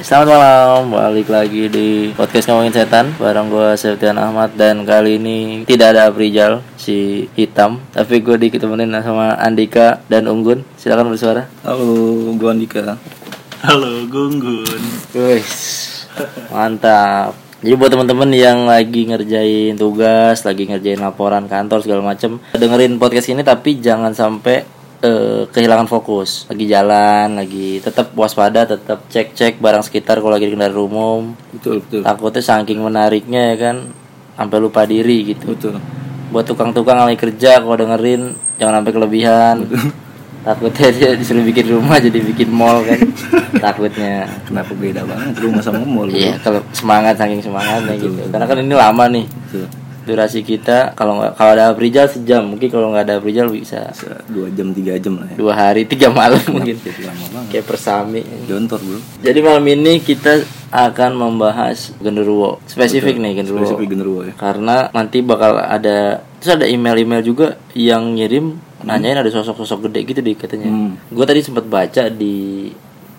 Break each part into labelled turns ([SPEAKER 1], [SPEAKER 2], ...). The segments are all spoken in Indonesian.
[SPEAKER 1] Selamat malam, balik lagi di podcast ngomongin setan bareng gue Septian Ahmad dan kali ini tidak ada Aprijal si hitam, tapi gue ditemenin sama Andika dan Unggun. Silakan bersuara.
[SPEAKER 2] Halo, gua Andika.
[SPEAKER 3] Halo Gunggun.
[SPEAKER 1] Wis, mantap. Jadi buat teman-teman yang lagi ngerjain tugas, lagi ngerjain laporan kantor segala macem, dengerin podcast ini tapi jangan sampai eh, kehilangan fokus. Lagi jalan, lagi tetap waspada, tetap cek-cek barang sekitar kalau lagi di kendaraan umum.
[SPEAKER 2] Betul, betul.
[SPEAKER 1] Takutnya saking menariknya ya kan, sampai lupa diri gitu.
[SPEAKER 2] Betul.
[SPEAKER 1] Buat tukang-tukang yang lagi kerja kalau dengerin jangan sampai kelebihan. Takutnya dia disuruh bikin rumah jadi bikin mall kan. Takutnya.
[SPEAKER 2] Kenapa beda banget rumah sama mall?
[SPEAKER 1] Iya, kalau semangat saking semangatnya gitu. Karena kan ini lama nih
[SPEAKER 2] Betul.
[SPEAKER 1] durasi kita. Kalau nggak kalau ada Aprijal sejam, mungkin kalau nggak ada Aprijal bisa
[SPEAKER 2] Bisa 2 jam, 3 jam lah ya.
[SPEAKER 1] dua hari, tiga malam mungkin.
[SPEAKER 2] Jadi lama banget.
[SPEAKER 1] Kayak persami.
[SPEAKER 2] Jontor, Bro.
[SPEAKER 1] Jadi malam ini kita akan membahas genderuwo. Spesifik nih genderuwo.
[SPEAKER 2] Spesifik genderuwo ya.
[SPEAKER 1] Karena nanti bakal ada terus ada email-email juga yang ngirim nanyain ada sosok-sosok gede gitu deh katanya.
[SPEAKER 2] Hmm.
[SPEAKER 1] Gue tadi sempat baca di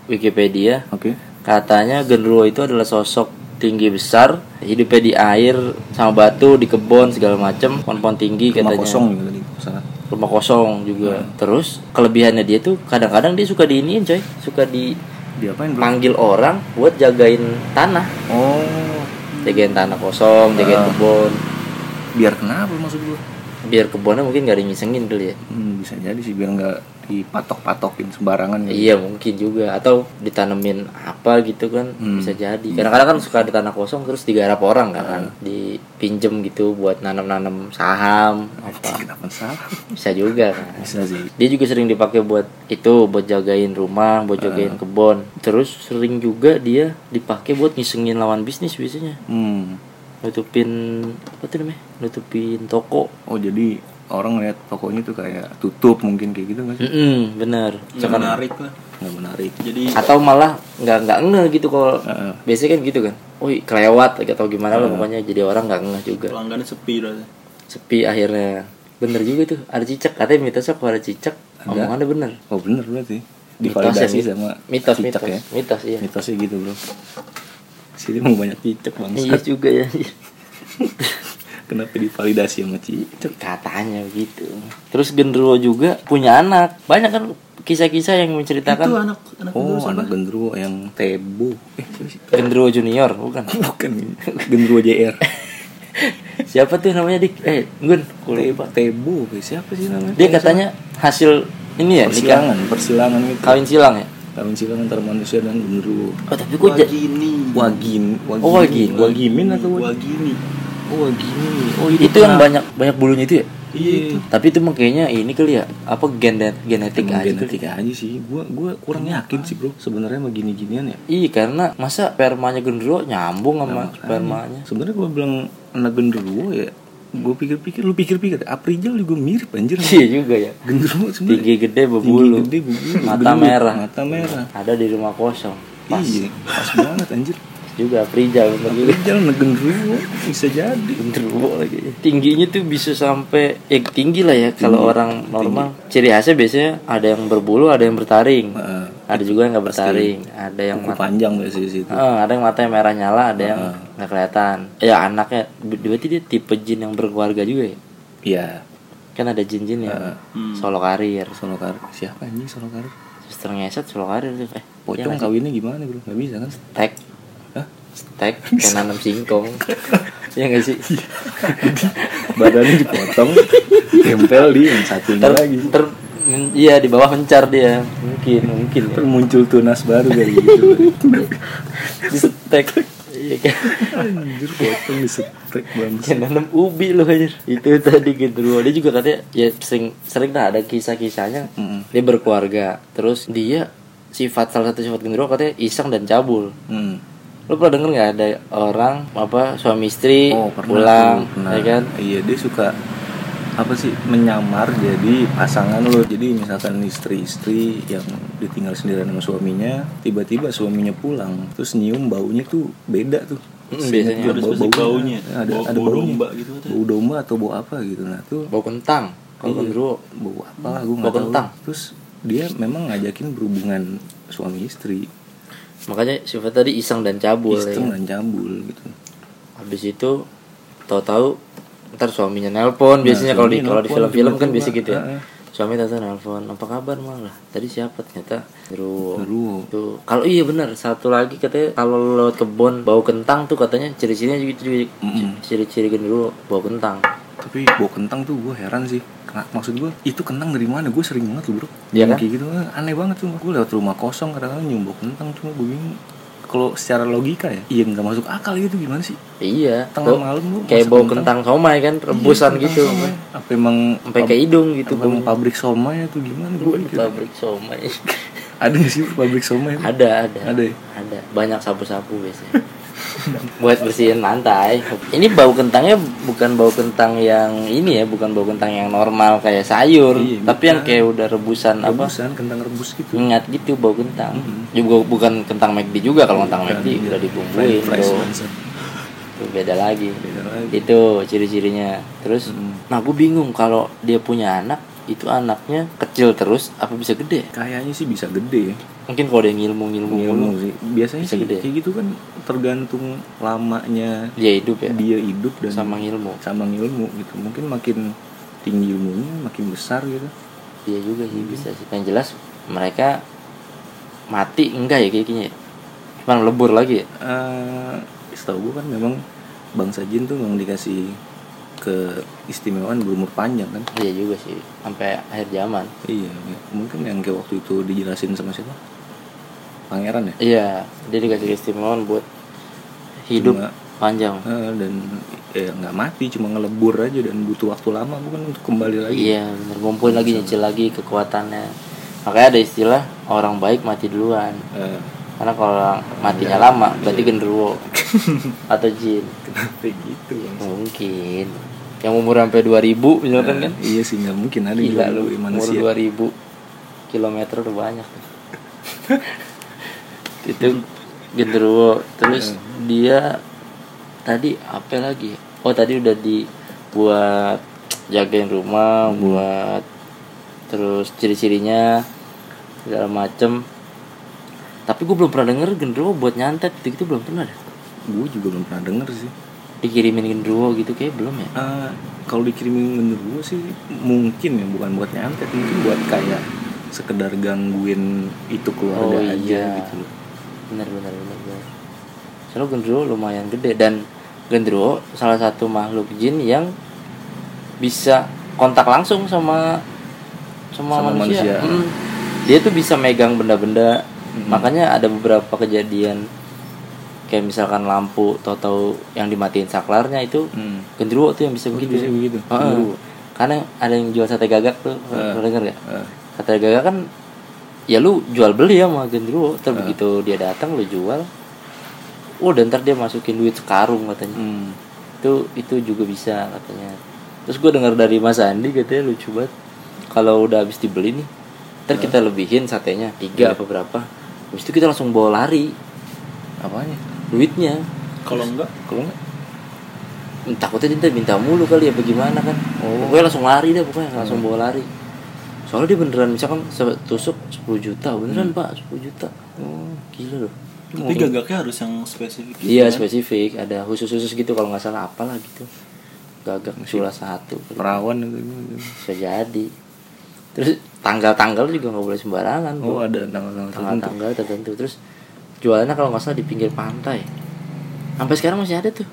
[SPEAKER 1] Wikipedia
[SPEAKER 2] Oke.
[SPEAKER 1] Katanya genderuwo itu adalah sosok tinggi besar, hidupnya di air sama batu, di kebun segala macem, pohon-pohon tinggi
[SPEAKER 2] Rumah
[SPEAKER 1] katanya.
[SPEAKER 2] kosong Hmm. gitu di sana.
[SPEAKER 1] Rumah kosong juga. Terus kelebihannya dia tuh kadang-kadang dia suka diiniin coy, suka dipanggil
[SPEAKER 2] Diapain, Bro?
[SPEAKER 1] orang buat jagain tanah,
[SPEAKER 2] Oh.
[SPEAKER 1] jagain tanah kosong, jagain
[SPEAKER 2] Ah.
[SPEAKER 1] kebun.
[SPEAKER 2] Biar kenapa maksud gua?
[SPEAKER 1] Biar kebunnya mungkin gak ada yang ngisengin kali ya.
[SPEAKER 2] Hmm, bisa jadi sih biar nggak dipatok-patokin sembarangan gitu.
[SPEAKER 1] Iya mungkin juga atau ditanemin apa gitu kan bisa jadi. Kadang-kadang kan suka ada tanah kosong terus digarap orang kan, kan? dipinjem gitu buat nanam-nanam saham apa
[SPEAKER 2] Kenapa salah?
[SPEAKER 1] bisa juga kan.
[SPEAKER 2] Bisa sih.
[SPEAKER 1] Dia juga sering dipakai buat itu buat jagain rumah, buat jagain kebun. Terus sering juga dia dipakai buat ngisengin lawan bisnis biasanya.
[SPEAKER 2] Hmm.
[SPEAKER 1] Nutupin apa tuh namanya? Nutupin toko.
[SPEAKER 2] Oh, jadi orang lihat tokonya tuh kayak tutup mungkin kayak gitu nggak sih?
[SPEAKER 1] Mm-mm, bener.
[SPEAKER 3] Nggak menarik lah.
[SPEAKER 2] Nggak menarik.
[SPEAKER 3] Jadi
[SPEAKER 1] atau malah nggak nggak ngeh gitu kalau
[SPEAKER 2] Heeh.
[SPEAKER 1] biasanya kan gitu kan, woi kelewat atau gimana lah pokoknya jadi orang nggak ngeh juga
[SPEAKER 3] pelanggannya sepi rasanya.
[SPEAKER 1] sepi akhirnya bener juga tuh ada cicak katanya mitos apa ada cicak omongannya bener
[SPEAKER 2] Oh, bener berarti.
[SPEAKER 1] mitos ya
[SPEAKER 2] Divalidasi
[SPEAKER 1] mit-
[SPEAKER 2] sama
[SPEAKER 1] mitos mitos
[SPEAKER 2] cicak ya.
[SPEAKER 1] mitos iya
[SPEAKER 2] mitosnya gitu bro sini mau banyak cicak bang
[SPEAKER 1] iya juga ya
[SPEAKER 2] kenapa divalidasi sama cicak
[SPEAKER 1] itu katanya begitu terus genderuwo juga punya anak banyak kan kisah-kisah yang
[SPEAKER 3] Itu
[SPEAKER 1] menceritakan
[SPEAKER 3] anak anak
[SPEAKER 2] oh
[SPEAKER 3] itu
[SPEAKER 2] anak genderuwo yang tebo eh siapa sih?
[SPEAKER 1] genderuwo junior bukan
[SPEAKER 2] bukan genderuwo jr
[SPEAKER 1] siapa tuh namanya dik eh gun gua
[SPEAKER 2] tebo
[SPEAKER 1] lupa.
[SPEAKER 2] tebo eh, siapa sih namanya
[SPEAKER 1] dia katanya hasil ini ya nikah
[SPEAKER 2] persilangan persilangan gitu
[SPEAKER 1] kawin silang ya
[SPEAKER 2] kawin silang antara manusia dan genderuwo
[SPEAKER 1] Oh tapi gue ja-
[SPEAKER 3] Wagini.
[SPEAKER 2] wagin
[SPEAKER 1] Oh, wagin.
[SPEAKER 2] wagimin atau wagin
[SPEAKER 3] Wagini.
[SPEAKER 2] oh wagini oh
[SPEAKER 1] itu, yang banyak banyak bulunya itu ya.
[SPEAKER 3] Iya itu.
[SPEAKER 1] Tapi itu mah kayaknya ini kali ya apa genet genetik aja.
[SPEAKER 2] Emang
[SPEAKER 1] kali. kan?
[SPEAKER 2] genetik aja sih gua gua kurang yakin sih bro sebenarnya mah gini ginian ya
[SPEAKER 1] Iya karena masa spermanya genderuwo nyambung sama spermanya.
[SPEAKER 2] sebenarnya gue bilang anak genderuwo ya gue pikir-pikir lu pikir-pikir Aprijal juga mirip anjir sama
[SPEAKER 1] Iya juga ya.
[SPEAKER 2] genderuwo sebenarnya
[SPEAKER 1] Tinggi gede berbulu.
[SPEAKER 2] gede, berbulu,
[SPEAKER 1] Mata
[SPEAKER 2] gendut,
[SPEAKER 1] merah.
[SPEAKER 2] mata merah
[SPEAKER 1] Ada di rumah kosong. Pas
[SPEAKER 2] iya pas banget anjir
[SPEAKER 1] juga Prija bener juga.
[SPEAKER 2] Aprijal anak genderuwo bisa jadi
[SPEAKER 1] Genderuwo lagi. Tingginya tuh bisa sampai ya tinggi lah ya kalau orang normal. Ciri khasnya biasanya ada yang berbulu, ada yang bertaring.
[SPEAKER 2] Heeh.
[SPEAKER 1] Ada juga yang nggak bertaring, ada yang
[SPEAKER 2] Kuku panjang gak sih situ
[SPEAKER 1] Eh, ada yang matanya merah nyala, ada yang nggak kelihatan. Ya anaknya, ber- berarti dia tipe jin yang berkeluarga juga ya.
[SPEAKER 2] iya
[SPEAKER 1] Kan ada jin-jin yang
[SPEAKER 2] Hmm.
[SPEAKER 1] solo karir,
[SPEAKER 2] Solo Karir siapa anjing Solo Karir
[SPEAKER 1] suster ngeset solo karir tuh. Eh,
[SPEAKER 2] pocong kawinnya gimana bro nggak bisa kan
[SPEAKER 1] tek,
[SPEAKER 2] Hah?
[SPEAKER 1] tek, kayak nanam singkong. Iya nggak sih?
[SPEAKER 2] badannya dipotong tempel di yang satunya
[SPEAKER 1] Ter,
[SPEAKER 2] lagi
[SPEAKER 1] ter, men- iya di bawah mencar dia, mungkin, mungkin. Ya.
[SPEAKER 2] muncul tunas baru dari gitu
[SPEAKER 1] Di tek, iya kan?
[SPEAKER 2] anjir potong disetrek banget
[SPEAKER 1] Kayak nanam ubi loh anjir. Itu tadi genderuwo. Dia juga katanya ya sering sering lah ada kisah-kisahnya.
[SPEAKER 2] Mm-mm.
[SPEAKER 1] Dia berkeluarga. Terus dia sifat salah satu sifat genderuwo katanya iseng dan cabul.
[SPEAKER 2] Hmm.
[SPEAKER 1] Lo pernah denger nggak ada orang apa suami istri
[SPEAKER 2] Oh, pernah
[SPEAKER 1] pulang,
[SPEAKER 2] tuh, pernah.
[SPEAKER 1] ya kan?
[SPEAKER 2] Iya, dia suka apa sih menyamar jadi pasangan lo. Jadi misalkan istri-istri yang ditinggal sendirian sama suaminya, tiba-tiba suaminya pulang, terus nyium baunya tuh beda tuh.
[SPEAKER 1] Mm, biasanya
[SPEAKER 2] Seingat gua,
[SPEAKER 3] Ada spesifik baunya.
[SPEAKER 2] Ada,
[SPEAKER 3] Bau-
[SPEAKER 2] ada
[SPEAKER 3] bau
[SPEAKER 2] baunya.
[SPEAKER 3] domba gitu katanya.
[SPEAKER 2] Bau domba atau bau apa gitu. Nah, tuh
[SPEAKER 1] Bau kentang.
[SPEAKER 2] Iya.
[SPEAKER 1] Kalau genderuwo
[SPEAKER 2] bau apa lah gue
[SPEAKER 1] Bau
[SPEAKER 2] nggak tahu
[SPEAKER 1] kentang.
[SPEAKER 2] terus dia memang ngajakin berhubungan suami istri
[SPEAKER 1] makanya sifat tadi iseng dan cabul ya
[SPEAKER 2] Iseng
[SPEAKER 1] kan?
[SPEAKER 2] dan cabul gitu.
[SPEAKER 1] habis itu tahu-tahu ntar suaminya nelpon biasanya kalau di
[SPEAKER 2] suami
[SPEAKER 1] kalau di
[SPEAKER 2] Nah, nelpon,
[SPEAKER 1] film-film kan
[SPEAKER 2] tiba-tiba.
[SPEAKER 1] biasa gitu ya
[SPEAKER 2] Heeh.
[SPEAKER 1] suami tata nelpon apa kabar malah tadi siapa ternyata Ruwo
[SPEAKER 2] Ruwo.
[SPEAKER 1] tuh kalau iya benar satu lagi katanya kalau lu lewat kebun bau kentang tuh katanya ciri-cirinya gitu
[SPEAKER 2] Mm-mm.
[SPEAKER 1] ciri-ciri genderuwo bau kentang
[SPEAKER 2] Tapi bau kentang tuh gue heran sih. Kena, maksud gue itu kentang dari mana? Gue sering banget loh bro.
[SPEAKER 1] Iya kan?
[SPEAKER 2] Kayak gitu eh, aneh banget tuh. Gue lewat rumah kosong kadang-kadang nyium bau kentang cuma gue bingung. Kalau secara logika ya, iya nggak masuk akal gitu gimana sih?
[SPEAKER 1] iya
[SPEAKER 2] Tengah
[SPEAKER 1] tuh,
[SPEAKER 2] malam lu
[SPEAKER 1] kayak
[SPEAKER 2] masak
[SPEAKER 1] bau
[SPEAKER 2] kentang. Iya,
[SPEAKER 1] kentang somai kan rebusan
[SPEAKER 2] Kentang
[SPEAKER 1] gitu
[SPEAKER 2] somai. Apa emang
[SPEAKER 1] sampai ke hidung
[SPEAKER 2] gitu
[SPEAKER 1] gitu
[SPEAKER 2] emang
[SPEAKER 1] bau.
[SPEAKER 2] pabrik somai atau gimana? Gue gitu.
[SPEAKER 1] pabrik somai
[SPEAKER 2] Ada nggak sih pabrik somai? itu?
[SPEAKER 1] ada ada
[SPEAKER 2] Ada ya?
[SPEAKER 1] ada banyak sapu-sapu biasanya buat bersihin lantai ini bau kentangnya bukan bau kentang yang ini ya bukan bau kentang yang normal kayak sayur
[SPEAKER 2] Iya,
[SPEAKER 1] tapi yang kayak udah rebusan, apa
[SPEAKER 2] Rebusan kentang rebus gitu.
[SPEAKER 1] ingat gitu bau kentang juga bukan kentang McD juga kalau kentang McD
[SPEAKER 2] Iya.
[SPEAKER 1] udah dibumbuin
[SPEAKER 2] French
[SPEAKER 1] tuh.
[SPEAKER 2] fries,
[SPEAKER 1] Tuh beda lagi
[SPEAKER 2] Beda lagi.
[SPEAKER 1] itu Gitu, ciri-cirinya terus
[SPEAKER 2] Hmm.
[SPEAKER 1] nah gue bingung kalau dia punya anak itu anaknya kecil terus apa bisa gede
[SPEAKER 2] Kayaknya sih bisa gede ya.
[SPEAKER 1] mungkin kalau dia ngilmu-ngilmu
[SPEAKER 2] Ngilmu sih.
[SPEAKER 1] Iya,
[SPEAKER 2] Biasanya
[SPEAKER 1] Bisa
[SPEAKER 2] sih
[SPEAKER 1] gede.
[SPEAKER 2] kayak gitu kan tergantung lamanya
[SPEAKER 1] dia hidup ya
[SPEAKER 2] dia hidup dan
[SPEAKER 1] sama ngilmu
[SPEAKER 2] sama ngilmu gitu. Mungkin makin tinggi ilmunya makin besar gitu.
[SPEAKER 1] Iya juga sih
[SPEAKER 2] Hmm.
[SPEAKER 1] bisa sih. Yang jelas mereka mati enggak ya kayaknya. ya? Cuman lebur lagi ya.
[SPEAKER 2] Eh, setahu gue kan memang bangsa jin tuh memang dikasih keistimewaan berumur panjang kan.
[SPEAKER 1] Iya juga sih. Sampai akhir zaman.
[SPEAKER 2] Iya, mungkin yang kayak waktu itu dijelasin sama siapa? Pangeran ya?
[SPEAKER 1] Iya, dia dikasih keistimewaan buat hidup
[SPEAKER 2] Cuma-
[SPEAKER 1] panjang.
[SPEAKER 2] Eh, dan eh, nggak mati cuma ngelebur aja dan butuh waktu lama bukan untuk kembali lagi
[SPEAKER 1] Iya, bener ngumpulin lagi nyicil lagi kekuatannya. Makanya ada istilah orang baik mati duluan.
[SPEAKER 2] Eh,
[SPEAKER 1] Karena kalau orang matinya lama berarti genderuwo atau jin.
[SPEAKER 2] kenapa gitu Bang?
[SPEAKER 1] Mungkin. Yang umur sampai 2000 misalkan kan.
[SPEAKER 2] Eh, iya sih nggak mungkin ada
[SPEAKER 1] Gila
[SPEAKER 2] yang
[SPEAKER 1] lu
[SPEAKER 2] lebih
[SPEAKER 1] umur
[SPEAKER 2] manusia
[SPEAKER 1] 2000 kilometer udah banyak tuh. itu genderuwo terus dia tadi apa lagi oh tadi udah dibuat jagain rumah buat terus ciri-cirinya segala macem tapi gue belum pernah denger genderuwo buat nyantet gitu, belum pernah dah
[SPEAKER 2] gue juga belum pernah denger sih
[SPEAKER 1] dikirimin genderuwo gitu kayak belum ya
[SPEAKER 2] Eh, kalau dikirimin genderuwo sih mungkin ya bukan buat nyantet mungkin buat kayak sekedar gangguin itu keluarga
[SPEAKER 1] Oh,
[SPEAKER 2] aja
[SPEAKER 1] iya.
[SPEAKER 2] gitu loh.
[SPEAKER 1] benar benar benar benar soalnya genderuwo lumayan gede dan genderuwo salah satu makhluk jin yang bisa kontak langsung sama sama,
[SPEAKER 2] Sama
[SPEAKER 1] manusia,
[SPEAKER 2] manusia. Hmm.
[SPEAKER 1] Mm. dia tuh bisa megang benda-benda makanya ada beberapa kejadian kayak misalkan lampu atau tahu yang dimatiin saklarnya itu
[SPEAKER 2] Hmm.
[SPEAKER 1] genderuwo tuh yang bisa begitu
[SPEAKER 2] bisa begitu,
[SPEAKER 1] Heeh.
[SPEAKER 2] genderuwo.
[SPEAKER 1] karena ada yang jual sate gagak tuh pernah denger nggak?
[SPEAKER 2] Eh,
[SPEAKER 1] Kata Gaga kan ya lu jual beli ya sama Gendruwo
[SPEAKER 2] Ah.
[SPEAKER 1] Terus begitu dia datang lu jual Oh dan ntar dia masukin duit sekarung katanya
[SPEAKER 2] hmm.
[SPEAKER 1] Itu itu juga bisa katanya Terus gue dengar dari Mas Andi katanya lucu banget Kalau udah habis dibeli nih Ntar kita
[SPEAKER 2] Ah.
[SPEAKER 1] lebihin satenya
[SPEAKER 2] Iya.
[SPEAKER 1] Tiga apa berapa Habis itu kita langsung bawa lari
[SPEAKER 2] apanya
[SPEAKER 1] Duitnya
[SPEAKER 3] Kalau enggak,
[SPEAKER 2] kalau nggak
[SPEAKER 1] Hmm, Takutnya dia minta mulu kali ya bagaimana kan
[SPEAKER 2] Oh.
[SPEAKER 1] Pokoknya langsung lari deh pokoknya langsung bawa lari Soalnya dia beneran misalkan se- tusuk 10 juta Beneran pak 10 juta
[SPEAKER 2] Hmm. oh
[SPEAKER 1] Gila loh.
[SPEAKER 3] tapi gagaknya harus yang spesifik. gitu
[SPEAKER 1] Iya
[SPEAKER 3] kan?
[SPEAKER 1] spesifik, ada khusus-khusus gitu kalau nggak salah apalah gitu. Gagak cula satu
[SPEAKER 2] perawan atau gimana?
[SPEAKER 1] bisa jadi. Terus tanggal-tanggal juga nggak boleh sembarangan.
[SPEAKER 2] oh
[SPEAKER 1] Bu.
[SPEAKER 2] ada tanggal-tanggal tertentu
[SPEAKER 1] Tanggal-tanggal tertentu. Terus jualannya kalau nggak salah di pinggir pantai. Sampai sekarang masih ada tuh.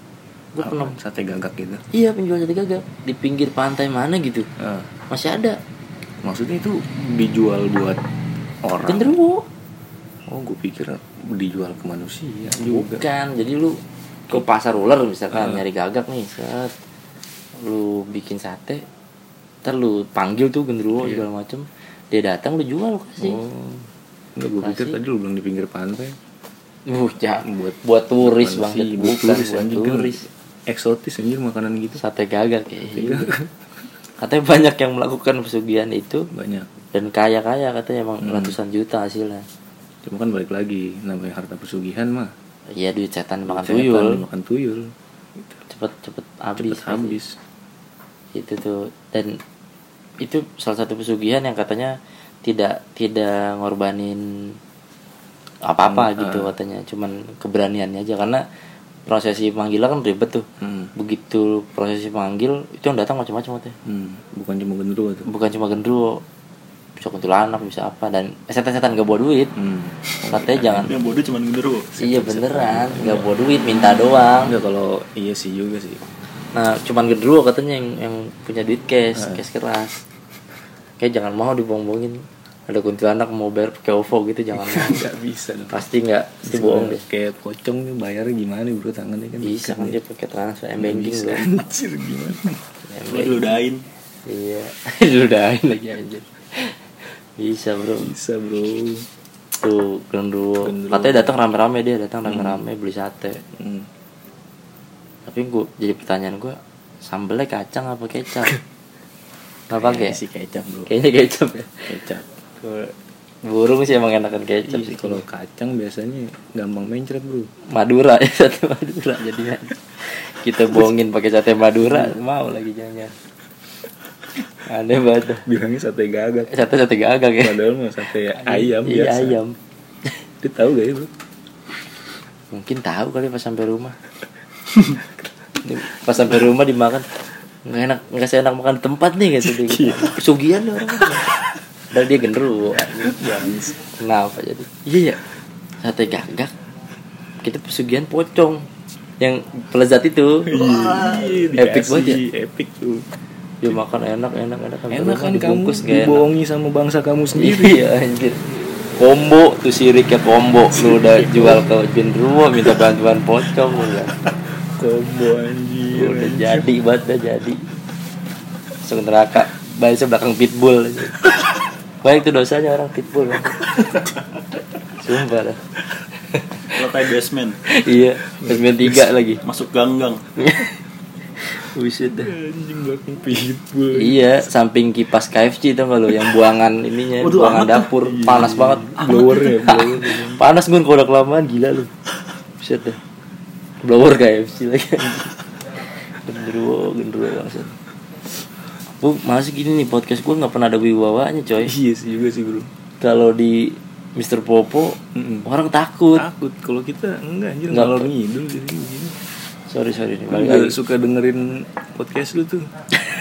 [SPEAKER 1] Gue pernah.
[SPEAKER 2] Apaan? sate gagak gitu
[SPEAKER 1] Iya penjual sate gagak di pinggir pantai mana gitu.
[SPEAKER 2] Eh,
[SPEAKER 1] Masih ada.
[SPEAKER 2] maksudnya itu dijual buat orang
[SPEAKER 1] Genderuwo.
[SPEAKER 2] Oh, gue pikir dijual ke manusia juga.
[SPEAKER 1] Bukan, jadi lu ke pasar ular misalkan nyari gagak nih, set. Lu bikin sate, ntar lu panggil tuh genderuwo segala macem dia datang lu jual lu kasih.
[SPEAKER 2] Iya. Oh, enggak gue pikir
[SPEAKER 1] Kasih.
[SPEAKER 2] tadi lu bilang di pinggir pantai.
[SPEAKER 1] Uh, ja- buat
[SPEAKER 2] Buat-
[SPEAKER 1] turis
[SPEAKER 2] Manusia,
[SPEAKER 1] banget,
[SPEAKER 2] buat
[SPEAKER 1] bukan
[SPEAKER 2] turis,
[SPEAKER 1] buat
[SPEAKER 2] anjing, kan
[SPEAKER 1] turis.
[SPEAKER 2] Eksotis anjir makanan gitu.
[SPEAKER 1] Sate gagak ya. iya. Katanya banyak yang melakukan pesugihan itu
[SPEAKER 2] Banyak.
[SPEAKER 1] dan kaya-kaya katanya emang
[SPEAKER 2] Hmm.
[SPEAKER 1] ratusan juta hasilnya.
[SPEAKER 2] Cuma kan balik lagi namanya harta pesugihan mah.
[SPEAKER 1] Iya duit setan makan
[SPEAKER 2] Setan
[SPEAKER 1] tuyul,
[SPEAKER 2] Makan tuyul. Gitu.
[SPEAKER 1] cepet-cepet
[SPEAKER 2] Cepet
[SPEAKER 1] habis. gitu.
[SPEAKER 2] habis.
[SPEAKER 1] itu tuh dan itu salah satu pesugihan yang katanya tidak tidak ngorbanin apa apa
[SPEAKER 2] ah.
[SPEAKER 1] gitu katanya cuman keberaniannya aja karena prosesi panggilan kan ribet tuh
[SPEAKER 2] Hmm.
[SPEAKER 1] begitu prosesi panggil itu yang datang macam-macam katanya
[SPEAKER 2] Hmm, bukan cuma gendruwo tuh.
[SPEAKER 1] bukan cuma gendruwo bisa kuntilanak bisa apa dan setan-setan gak bawa duit
[SPEAKER 2] Hmm.
[SPEAKER 1] katanya jangan
[SPEAKER 3] Yang bodoh cuman genderuwo.
[SPEAKER 1] iya beneran gak bawa duit minta doang
[SPEAKER 2] Enggak kalau iya sih juga sih.
[SPEAKER 1] nah cuman gendruwo katanya yang yang punya duit cash cash keras kayak jangan mau dibohong-bohongin ada kuntilanak mau bayar pakai OVO gitu jangan mau
[SPEAKER 2] Enggak bisa dong.
[SPEAKER 1] pasti nggak pasti bohong deh
[SPEAKER 2] Kayak pocong tuh bayarnya gimana bro tangannya kan
[SPEAKER 1] bisa kan dia pakai transfer m banking
[SPEAKER 2] bisa.
[SPEAKER 1] loh
[SPEAKER 2] Anjir gimana?
[SPEAKER 1] Eh.
[SPEAKER 3] Lu diludahin.
[SPEAKER 1] iya diludahin lagi aja bisa bro
[SPEAKER 2] Bisa bro.
[SPEAKER 1] tuh gendruwo katanya datang rame-rame dia datang rame-rame beli sate
[SPEAKER 2] Hmm.
[SPEAKER 1] tapi gua jadi pertanyaan gua sambelnya kacang apa kecap nggak pakai
[SPEAKER 2] Kayak si kecap bro.
[SPEAKER 1] kayaknya kecap ya
[SPEAKER 2] Kecap.
[SPEAKER 1] Gua- burung sih emang enakan kecap
[SPEAKER 2] Iya sih kalau kacang biasanya gampang mencret bro.
[SPEAKER 1] Madura ya sate Madura jadinya kita bohongin pakai sate Madura mau lagi jangan aneh banget dah.
[SPEAKER 2] Bilangnya sate gagak.
[SPEAKER 1] sate sate gagak ya
[SPEAKER 2] Padahal mah sate ayam
[SPEAKER 1] iya
[SPEAKER 2] biasa.
[SPEAKER 1] ayam
[SPEAKER 2] Dia tahu gak ya bro?
[SPEAKER 1] mungkin tahu kali pas sampai rumah pas sampai rumah dimakan nggak enak nggak seenak makan di tempat nih kayak gitu
[SPEAKER 2] Iya.
[SPEAKER 1] pesugihan nih orang dan dia genderuwo kenapa jadi iya ya sate gagak kita pesugihan pocong yang pelezat itu Wah, epic
[SPEAKER 2] Iya, Dikasih,
[SPEAKER 1] banget ya
[SPEAKER 2] Epic tuh.
[SPEAKER 1] dia makan enak enak enak sampai
[SPEAKER 2] Enak
[SPEAKER 1] rumah
[SPEAKER 2] kan kamu
[SPEAKER 1] dibungkus, nggak enak.
[SPEAKER 2] dibohongi sama bangsa kamu sendiri.
[SPEAKER 1] Iya anjir Combo tuh siriknya combo Lu udah jual ke genderuwo minta bantuan pocong lu ya.
[SPEAKER 2] Kombo anjir.
[SPEAKER 1] Udah jadi banget udah jadi Langsung neraka Barisnya belakang pitbull Banyak tuh dosanya orang pitbull Bang. Sumpah dah
[SPEAKER 3] Lantai basement.
[SPEAKER 1] Iya Basement tiga lagi
[SPEAKER 3] Masuk ganggang.
[SPEAKER 1] Buset dah
[SPEAKER 2] Anjing belakang pitbull.
[SPEAKER 1] Iya, samping kipas KFC itu kalau yang buangan ininya,
[SPEAKER 3] Waduh,
[SPEAKER 1] buangan
[SPEAKER 3] amat dah.
[SPEAKER 1] dapur, panas banget.
[SPEAKER 2] Blower ya, blower.
[SPEAKER 1] panas gue kalau udah kelamaan gila lu. Buset dah. Blower KFC lagi. gendruwo, gendruwo bangsat. Bu, masih gini nih podcast gue nggak pernah ada wibawanya coy.
[SPEAKER 2] Iya sih juga sih bro.
[SPEAKER 1] Kalau di Mr. Popo
[SPEAKER 2] Mm-mm. Ah.
[SPEAKER 1] orang takut.
[SPEAKER 2] Takut kalau kita enggak anjir
[SPEAKER 1] Enggak.
[SPEAKER 2] ngalor ngidul jadi begini.
[SPEAKER 1] Sorry sorry nih. balik
[SPEAKER 2] Gue
[SPEAKER 1] lagi.
[SPEAKER 2] suka dengerin podcast lu tuh.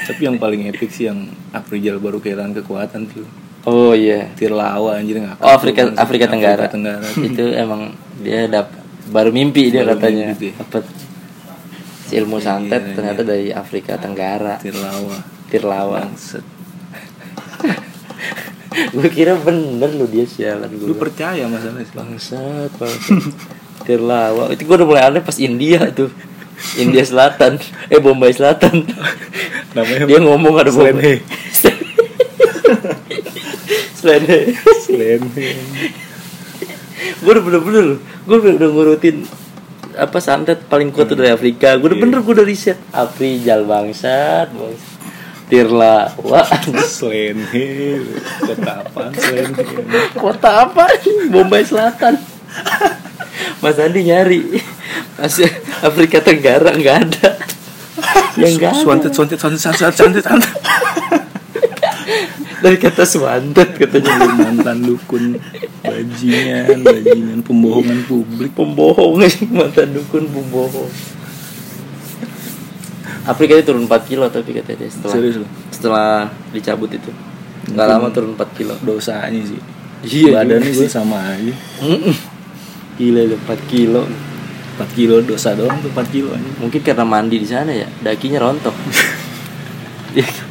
[SPEAKER 2] Tapi yang paling epic sih yang Afrijal baru kehilangan kekuatan tuh.
[SPEAKER 1] Oh iya.
[SPEAKER 2] Tirlawa anjir ngakak.
[SPEAKER 1] Oh Afrika Afrika Tenggara.
[SPEAKER 2] Afrika Tenggara.
[SPEAKER 1] itu emang dia dapat baru mimpi dia
[SPEAKER 2] Baru
[SPEAKER 1] katanya
[SPEAKER 2] mimpi dia. Iya,
[SPEAKER 1] dapat si ilmu santet ternyata dari Afrika Tenggara
[SPEAKER 2] Tirlawa.
[SPEAKER 1] Tirlawa
[SPEAKER 2] Bangset.
[SPEAKER 1] gue kira bener lu dia sialan
[SPEAKER 2] Lu
[SPEAKER 1] gue
[SPEAKER 2] percaya masalah sih?
[SPEAKER 1] bangsat bangsat Tirlawa itu gue udah mulai aneh pas India tuh India Selatan eh Bombay Selatan
[SPEAKER 2] Namanya
[SPEAKER 1] dia ngomong ada
[SPEAKER 2] Selene.
[SPEAKER 1] Bombay Selene
[SPEAKER 2] Selain
[SPEAKER 1] gue udah bener-bener gue udah ngurutin apa santet paling kuat tuh dari Afrika gue udah bener gue udah riset Afrijal bangsat bangsat Tirla wah
[SPEAKER 2] Slenhe Kota apaan Slenhe
[SPEAKER 1] kota apa ini? Bombay Selatan Mas Andi nyari Mas Afrika Tenggara nggak ada yang nggak Ya, ada
[SPEAKER 2] Swantet swantet swantet swantet swantet swantet
[SPEAKER 1] dari kata swantet katanya
[SPEAKER 2] Lu mantan dukun Bajingan Bajingan Pembohongan publik
[SPEAKER 1] pembohong anjing, mantan dukun pembohong Afrika itu turun 4 kilo tapi katanya dia setelah
[SPEAKER 2] Serius lu
[SPEAKER 1] setelah dicabut itu nggak lama turun 4 kilo
[SPEAKER 2] Dosanya sih
[SPEAKER 1] Iya,
[SPEAKER 2] Badannya
[SPEAKER 1] juga
[SPEAKER 2] gue sama aja
[SPEAKER 1] Mm-mm. gila lu, 4 kilo
[SPEAKER 2] 4 kilo dosa doang tuh 4 kilo aja
[SPEAKER 1] mungkin karena mandi di sana ya dakinya rontok Dia-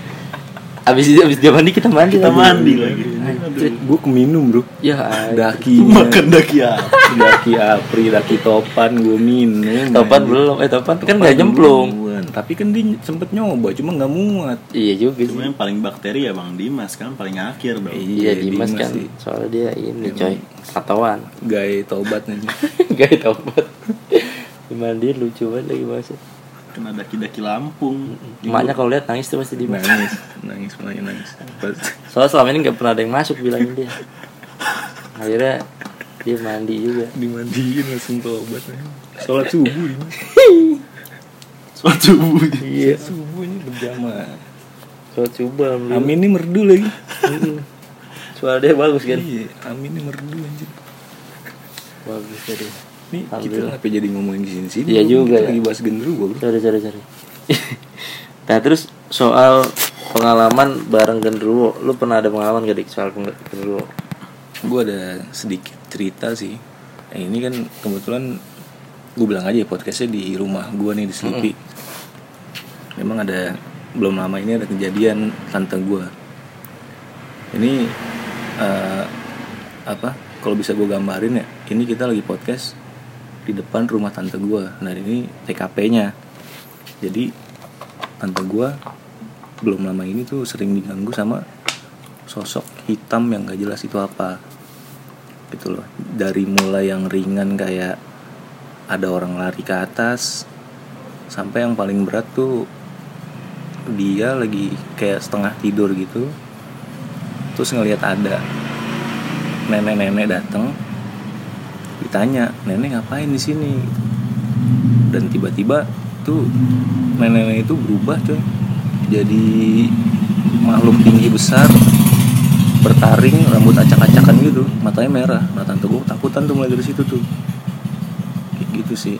[SPEAKER 1] abis itu abis dia mandi kita mandi
[SPEAKER 3] Kita
[SPEAKER 1] lagi.
[SPEAKER 3] mandi lagi.
[SPEAKER 1] Anjir.
[SPEAKER 2] Gue keminum bro
[SPEAKER 1] ya anjir.
[SPEAKER 2] Dakinya
[SPEAKER 3] Makan daki apa?
[SPEAKER 2] Daki Apri Daki Topan Gue minum
[SPEAKER 1] topan belum eh topan kan nggak nyemplung
[SPEAKER 2] Duluan. Tapi kan dia sempet nyoba Cuma gak muat
[SPEAKER 1] iya juga sih
[SPEAKER 3] Cuma yang paling bakteri ya Bang Dimas kan paling akhir bro.
[SPEAKER 1] iya Dimas kan
[SPEAKER 2] sih.
[SPEAKER 1] soalnya dia ini coy ketahuan
[SPEAKER 2] Gaya tobat nih
[SPEAKER 1] gak topan dimandiin lucu banget lagi maksud
[SPEAKER 3] Kena daki-daki Lampung.
[SPEAKER 1] emaknya kalau lihat nangis tuh pasti Dimas
[SPEAKER 2] nangis nangis semuanya nangis Pas-
[SPEAKER 1] Soalnya selama ini nggak pernah ada yang masuk bilangin dia. Akhirnya dia mandi juga.
[SPEAKER 2] dimandiin langsung tobat aja. sholat subuh ini
[SPEAKER 3] Sholat subuh.
[SPEAKER 1] Iya.
[SPEAKER 2] subuh ini berjamaah
[SPEAKER 1] Soal coba Amin.
[SPEAKER 2] amin ini merdu lagi
[SPEAKER 1] Suara dia bagus kan.
[SPEAKER 2] iya amin ini merdu anjir
[SPEAKER 1] bagus tadi
[SPEAKER 2] Nih, kita
[SPEAKER 1] Alhamdulillah.
[SPEAKER 2] kenapa jadi ngomongin di sini sini?
[SPEAKER 1] Iya juga ya.
[SPEAKER 2] Lagi bahas gendruwo, bro.
[SPEAKER 1] sorry sorry sorry nah terus soal pengalaman bareng genderuwo lu pernah ada pengalaman gak dik soal peng- genderuwo
[SPEAKER 2] Gue ada sedikit cerita sih. Yang ini kan kebetulan gue bilang aja ya podcastnya di rumah gue nih di Slipi. Memang ada belum lama ini ada kejadian tante gue. Ini eh, apa? Kalau bisa gue gambarin ya, ini kita lagi podcast di depan rumah tante gue. Nah ini TKP-nya. Jadi tante gue belum lama ini tuh sering diganggu sama sosok hitam yang gak jelas itu apa gitu loh dari mulai yang ringan kayak ada orang lari ke atas sampai yang paling berat tuh dia lagi kayak setengah tidur gitu terus ngelihat ada nenek-nenek datang ditanya nenek ngapain di sini dan tiba-tiba tuh nenek-nenek itu berubah coy jadi makhluk tinggi besar bertaring rambut acak-acakan gitu matanya merah nah tante gue takutan tuh mulai dari situ tuh kayak gitu sih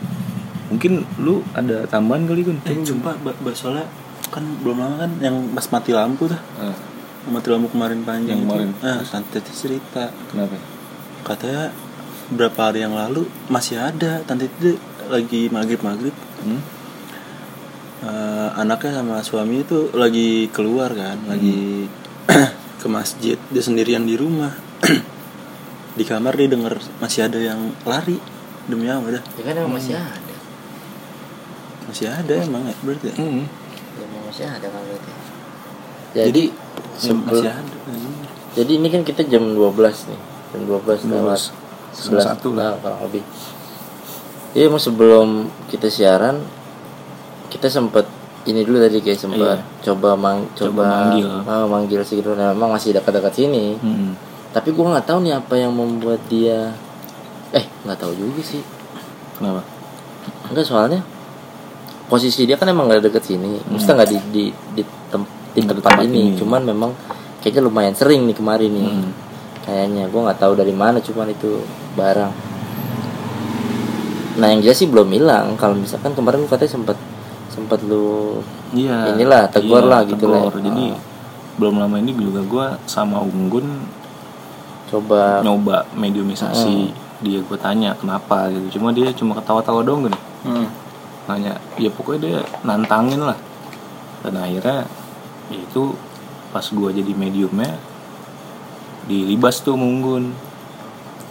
[SPEAKER 2] mungkin lu ada tambahan kali kan
[SPEAKER 3] Eh, coba ba- ba- soalnya kan belum lama kan yang pas mati lampu tuh.
[SPEAKER 2] Ah,
[SPEAKER 3] Yang Mati lampu kemarin
[SPEAKER 2] Yang
[SPEAKER 3] panjang. itu.
[SPEAKER 2] kemarin.
[SPEAKER 3] Ah, tante itu cerita.
[SPEAKER 2] kenapa
[SPEAKER 3] Katanya berapa hari yang lalu masih ada tante itu lagi maghrib maghrib
[SPEAKER 2] hmm?
[SPEAKER 3] Eh, anaknya sama suami itu lagi keluar kan lagi ke masjid dia sendirian di rumah di kamar dia denger masih ada yang lari demi apa dah
[SPEAKER 1] ya kan emang masih ada
[SPEAKER 3] masih ada emang ya berarti ya?
[SPEAKER 2] Hmm.
[SPEAKER 1] emang masih ada kan berarti jadi
[SPEAKER 3] Jadi,
[SPEAKER 1] sebelum
[SPEAKER 3] masih ada anjir.
[SPEAKER 1] jadi ini kan kita jam 12 nih jam 12 lewat 11
[SPEAKER 2] satu
[SPEAKER 1] nah,
[SPEAKER 2] lah.
[SPEAKER 1] kurang lebih iya emang sebelum kita siaran kita sempat ini dulu tadi kayak sempat coba mang coba,
[SPEAKER 2] Iya.
[SPEAKER 1] ah,
[SPEAKER 2] Coba manggil.
[SPEAKER 1] manggil si Gero. Nah, memang masih dekat-dekat sini
[SPEAKER 2] Hmm.
[SPEAKER 1] tapi gua nggak tahu nih apa yang membuat dia eh nggak tahu juga sih
[SPEAKER 2] kenapa
[SPEAKER 1] enggak soalnya posisi dia kan emang nggak deket sini Maksudnya nggak di di di, tem- di
[SPEAKER 2] Nggak di
[SPEAKER 1] tempat
[SPEAKER 2] Hmm. tempat
[SPEAKER 1] ini.
[SPEAKER 2] ini.
[SPEAKER 1] cuman memang kayaknya lumayan sering nih kemarin nih
[SPEAKER 2] Hmm.
[SPEAKER 1] kayaknya gue nggak tahu dari mana cuman itu barang nah yang jelas sih belum hilang kalau misalkan kemarin lu katanya sempat sempat lu
[SPEAKER 2] Iya.
[SPEAKER 1] Inilah, tegur lah gitu
[SPEAKER 2] tegur.
[SPEAKER 1] lah.
[SPEAKER 2] Jadi
[SPEAKER 1] Ah.
[SPEAKER 2] belum lama ini juga gue sama Unggun
[SPEAKER 1] coba Ah.
[SPEAKER 2] nyoba mediumisasi. Dia gue tanya kenapa gitu. Cuma dia cuma ketawa-tawa doang gitu.
[SPEAKER 3] Hmm.
[SPEAKER 2] Nanya, ya pokoknya dia nantangin lah. Dan akhirnya ya itu pas gue jadi mediumnya dilibas tuh sama Unggun.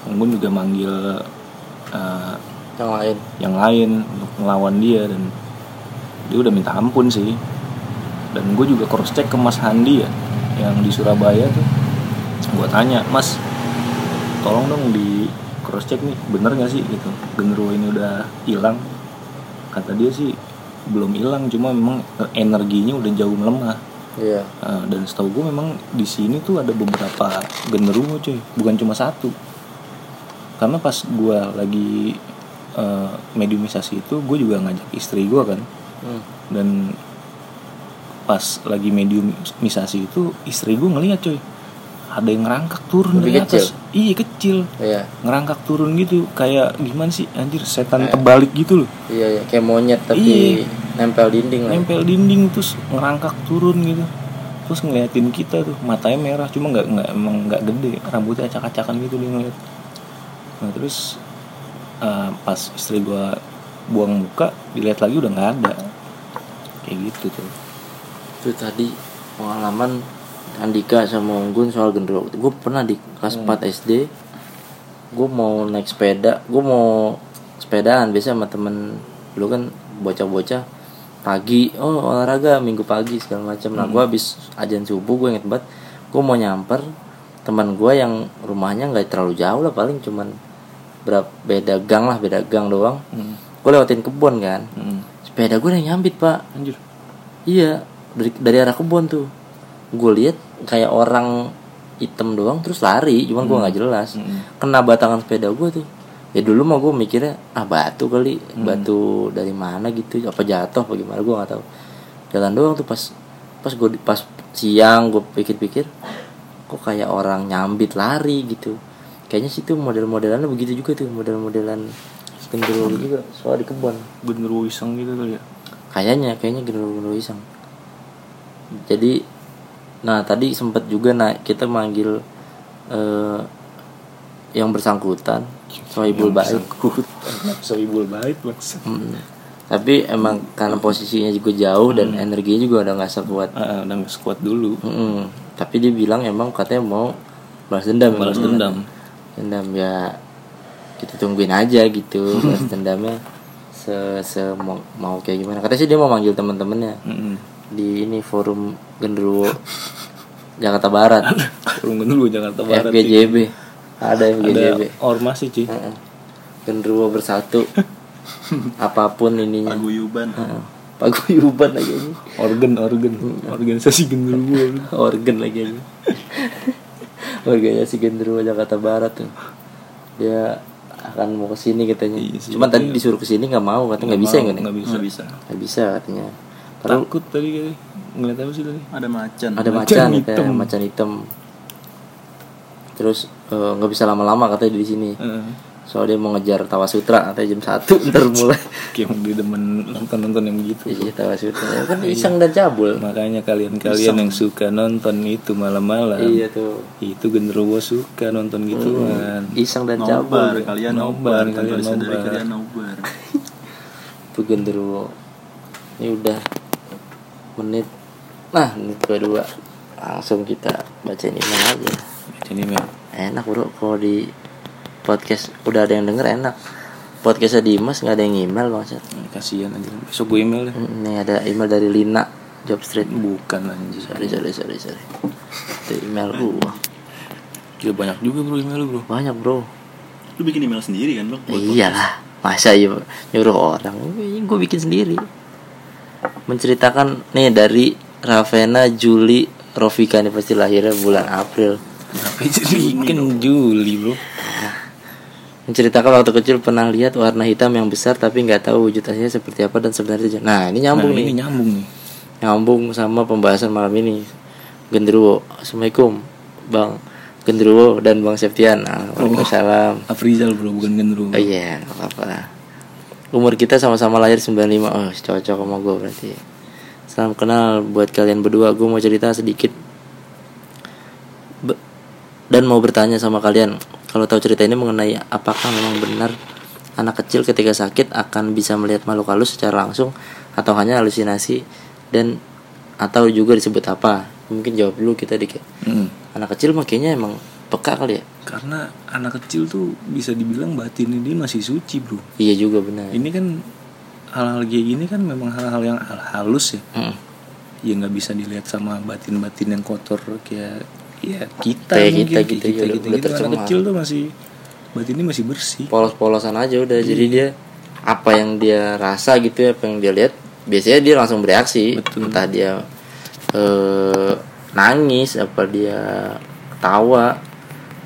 [SPEAKER 2] Unggun juga manggil eh,
[SPEAKER 1] yang lain
[SPEAKER 2] yang lain untuk melawan dia dan dia udah minta ampun sih dan gue juga cross check ke Mas Handi ya yang di Surabaya tuh gue tanya Mas tolong dong di cross check nih bener gak sih gitu genderuwo ini udah hilang kata dia sih belum hilang cuma memang energinya udah jauh melemah
[SPEAKER 1] iya
[SPEAKER 2] Nah, dan setahu gue memang di sini tuh ada beberapa genderuwo cuy, bukan cuma satu. Karena pas gue lagi eh, mediumisasi itu, gue juga ngajak istri gue kan.
[SPEAKER 1] Hmm.
[SPEAKER 2] Dan pas lagi mediumisasi itu, istri gue ngeliat cuy, ada yang ngerangkak turun
[SPEAKER 1] Lebih
[SPEAKER 2] dari atas. Iya kecil,
[SPEAKER 1] iya
[SPEAKER 2] ngerangkak turun gitu, kayak gimana sih, anjir setan terbalik gitu loh.
[SPEAKER 1] iya, iya. kayak monyet tapi
[SPEAKER 2] Iya.
[SPEAKER 1] nempel dinding lah
[SPEAKER 2] nempel dinding terus ngerangkak turun gitu terus ngeliatin kita tuh matanya merah cuma nggak nggak emang nggak gede rambutnya acak-acakan gitu dia ngeliat nah terus eh, pas istri gua buang muka dilihat lagi udah nggak ada kayak gitu tuh
[SPEAKER 1] itu tadi pengalaman Andika sama Unggun soal genderuwo gue pernah di kelas 4 SD gue mau naik sepeda gue mau sepedaan biasa sama temen dulu kan bocah-bocah pagi oh olahraga minggu pagi segala macam nah gue habis ajan subuh gue inget banget gue mau nyamper teman gue yang rumahnya nggak terlalu jauh lah paling cuman berapa beda gang lah beda gang doang gue lewatin kebun kan
[SPEAKER 2] Hmm.
[SPEAKER 1] sepeda gue udah nyambit pak
[SPEAKER 2] anjir
[SPEAKER 1] Iya dari dari arah kebun tuh. Gue lihat kayak orang hitam doang terus lari, cuman gua nggak jelas. Kena batangan sepeda gue tuh. Ya dulu mah gue mikirnya ah batu kali, batu dari mana gitu, apa jatuh, apa gimana gue nggak tahu. Jalan doang tuh pas pas gue pas siang gue pikir-pikir kok kayak orang nyambit lari gitu. kayaknya situ model-modelannya begitu juga tuh model-modelan genderuwo juga soal di kebun
[SPEAKER 2] genderuwo iseng gitu kali ya
[SPEAKER 1] kayaknya kayaknya genderuwo-genderuwo iseng jadi nah tadi sempet juga nah kita manggil eh, yang bersangkutan sohibul baik
[SPEAKER 2] Kut, soibul bait maksud.
[SPEAKER 1] Hmm. tapi emang karena posisinya juga jauh dan energinya juga udah nggak sekuat
[SPEAKER 2] Ah, udah nggak sekuat dulu.
[SPEAKER 1] Mm-mm. tapi dia bilang emang katanya mau balas dendam
[SPEAKER 2] Balas
[SPEAKER 1] emang.
[SPEAKER 2] dendam.
[SPEAKER 1] dendam ya kita tungguin aja gitu balas dendamnya se, se- mau, mau kayak gimana katanya sih dia mau manggil teman-temannya
[SPEAKER 2] Mm-mm.
[SPEAKER 1] di ini forum genderuwo Jakarta Barat
[SPEAKER 2] Burung dulu Jakarta Barat. sih.
[SPEAKER 1] FGJB ada FGJB
[SPEAKER 2] Ada ormas sih, Ci.
[SPEAKER 1] Heeh. genderuwo bersatu apapun ininya
[SPEAKER 3] paguyuban
[SPEAKER 1] Heeh. paguyuban aja ini
[SPEAKER 2] Organ, organ, organisasi genderuwo.
[SPEAKER 1] organ lagi aja organisasi genderuwo Jakarta Barat tuh dia akan mau kesini katanya
[SPEAKER 2] Iya sih,
[SPEAKER 1] cuman tadi disuruh kesini nggak mau katanya nggak bisa ya nggak nih?
[SPEAKER 2] Nggak bisa.
[SPEAKER 3] nggak bisa
[SPEAKER 1] nggak bisa katanya Padahal
[SPEAKER 2] Takut tadi kali. Ngeliat apa sih tadi?
[SPEAKER 3] ada macan
[SPEAKER 1] ada macan
[SPEAKER 2] Macan
[SPEAKER 1] katanya
[SPEAKER 2] hitam.
[SPEAKER 1] macan hitam terus eh, nggak bisa lama-lama katanya di sini
[SPEAKER 2] Heeh.
[SPEAKER 1] soalnya dia mau ngejar Tawa Sutra katanya jam satu ntar mulai
[SPEAKER 2] Kayak mau di demen nonton-nonton yang begitu.
[SPEAKER 1] iya Tawa Sutra Ya kan iseng dan cabul
[SPEAKER 2] Makanya kalian-kalian yang suka nonton itu malam-malam.
[SPEAKER 1] iya Hmm. tuh
[SPEAKER 2] Itu genderuwo suka nonton gitu, kan. gituan.
[SPEAKER 1] iseng dan
[SPEAKER 3] nobar
[SPEAKER 1] cabul
[SPEAKER 3] kalian
[SPEAKER 2] Nobar,
[SPEAKER 3] nobar
[SPEAKER 2] kalian
[SPEAKER 3] kalian sadari
[SPEAKER 2] nobar.
[SPEAKER 3] kalian nobar
[SPEAKER 1] itu genderuwo ini udah menit nah menit kedua langsung kita bacain email aja
[SPEAKER 2] Jadi Mel,
[SPEAKER 1] enak bro kalau di podcast udah ada yang denger enak podcastnya Dimas nggak ada yang email maksud
[SPEAKER 2] kasihan aja. Besok gue email deh.
[SPEAKER 1] ini ada email dari Lina Job Street
[SPEAKER 2] Bukan anjir.
[SPEAKER 1] sorry sorry sorry sorry itu email gua
[SPEAKER 2] Gila banyak juga bro email lu bro.
[SPEAKER 1] banyak bro Eh,
[SPEAKER 3] lu bikin email sendiri kan bang
[SPEAKER 1] Iya. iyalah masa iya nyuruh orang gue bikin sendiri menceritakan nih dari Ravena Juli Rofika nih pasti lahirnya bulan April
[SPEAKER 2] Tapi jadi kan Juli bro.
[SPEAKER 1] menceritakan waktu kecil pernah lihat warna hitam yang besar tapi nggak tahu wujud aslinya seperti apa dan sebenarnya nah ini nyambung
[SPEAKER 2] Nah,
[SPEAKER 1] nih
[SPEAKER 2] ini nyambung nih.
[SPEAKER 1] nyambung sama pembahasan malam ini Gendruwo Assalamualaikum Bang Gendruwo dan Bang Septian Nah, Waalaikumsalam
[SPEAKER 2] Afrizal bro bukan genderuwo.
[SPEAKER 1] Oh iya, nggak apa-apa. Umur kita sama-sama lahir 95. Oh, cocok sama gue berarti. Salam kenal buat kalian berdua. Gue mau cerita sedikit. Be- dan mau bertanya sama kalian, kalau tahu cerita ini mengenai apakah memang benar anak kecil ketika sakit akan bisa melihat makhluk halus secara langsung atau hanya halusinasi dan atau juga disebut apa? Mungkin jawab dulu kita dikit.
[SPEAKER 2] Mm.
[SPEAKER 1] Anak kecil makanya emang peka kali ya?
[SPEAKER 2] Karena anak kecil tuh bisa dibilang batinnya dia masih suci bro.
[SPEAKER 1] Iya juga benar.
[SPEAKER 2] Ini kan hal-hal kayak gini kan memang hal-hal yang hal- halus ya.
[SPEAKER 1] Mm.
[SPEAKER 2] Ya nggak bisa dilihat sama batin-batin yang kotor kayak ya kita
[SPEAKER 1] Kayak
[SPEAKER 2] mungkin
[SPEAKER 1] kita, kita juga udah- udah
[SPEAKER 2] Anak
[SPEAKER 1] tercemar.
[SPEAKER 2] kecil tuh masih batinnya masih bersih.
[SPEAKER 1] polos-polosan aja udah jadi dia apa yang dia rasa gitu ya apa yang dia lihat biasanya dia langsung bereaksi entah dia eh, nangis apa dia ketawa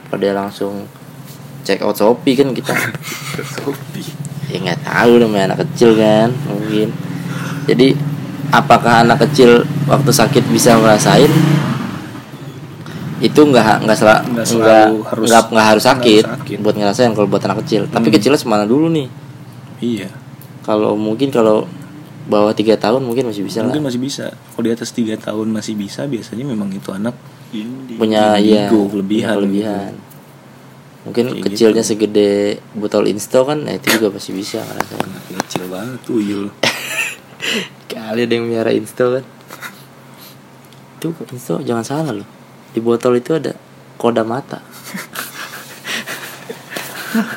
[SPEAKER 1] apa dia langsung check out shopee kan kita ya nggak tahu namanya anak kecil kan mungkin jadi apakah anak kecil waktu sakit bisa ngerasain itu nggak nggak sela-
[SPEAKER 2] Nggak selalu
[SPEAKER 1] nggak
[SPEAKER 2] harus-
[SPEAKER 1] nggak nggak harus
[SPEAKER 2] nggak
[SPEAKER 1] sakit,
[SPEAKER 2] harus sakit. Hmm.
[SPEAKER 1] buat ngerasain kalau buat anak kecil tapi kecilnya semana dulu nih
[SPEAKER 2] Iya.
[SPEAKER 1] kalau mungkin kalau bawah tiga tahun mungkin masih bisa lah
[SPEAKER 2] Mungkin masih bisa. Kalau di atas tiga tahun masih bisa, biasanya memang itu anak
[SPEAKER 3] ini
[SPEAKER 1] punya iya
[SPEAKER 2] indigo, kelebihan.
[SPEAKER 1] punya kelebihan. mungkin
[SPEAKER 2] Kayak gitu.
[SPEAKER 1] kecilnya segede botol insto kan nah itu juga pasti bisa ngerasain
[SPEAKER 2] anak kecil banget tuh iya. yul.
[SPEAKER 1] kali ada yang miara insto kan itu insto jangan salah loh di botol itu ada koda mata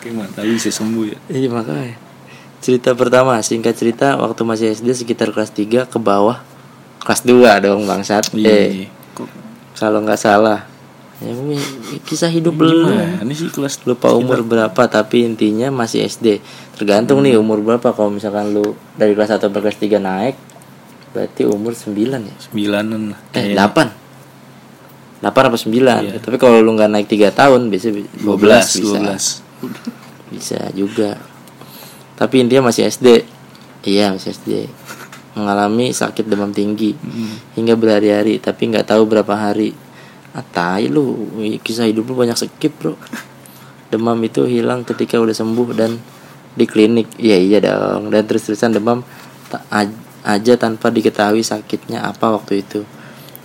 [SPEAKER 2] Kayak mata lu bisa sembuh ya.
[SPEAKER 1] Iya makanya Cerita pertama Singkat cerita Waktu masih SD Sekitar kelas 3 Ke bawah Kelas 2 dong bangsat Eh
[SPEAKER 2] Iya. Kok
[SPEAKER 1] Kalau nggak salah ya, ini Kisah hidup lu
[SPEAKER 2] gimana sih kelas
[SPEAKER 1] Lupa umur berapa Tapi intinya masih SD
[SPEAKER 2] Hmm.
[SPEAKER 1] Tergantung nih umur berapa Kalau misalkan lu Dari kelas 1 sampai kelas 3 naik Berarti umur 9 ya
[SPEAKER 2] sembilanan lah.
[SPEAKER 1] Eh
[SPEAKER 2] Kayaknya.
[SPEAKER 1] 8 8 apa 9 Tapi kalau lu nggak naik 3 tahun Biasanya 12,
[SPEAKER 2] 12,
[SPEAKER 1] bisa
[SPEAKER 2] 12.
[SPEAKER 1] bisa juga tapi intinya masih SD iya masih SD mengalami sakit demam tinggi hingga berhari-hari tapi Ah, nggak tahu berapa hari atai lu kisah hidup lu banyak skip bro demam itu hilang ketika udah sembuh dan di klinik iya iya dong dan terus terusan demam ta- aj- aja tanpa diketahui sakitnya apa waktu itu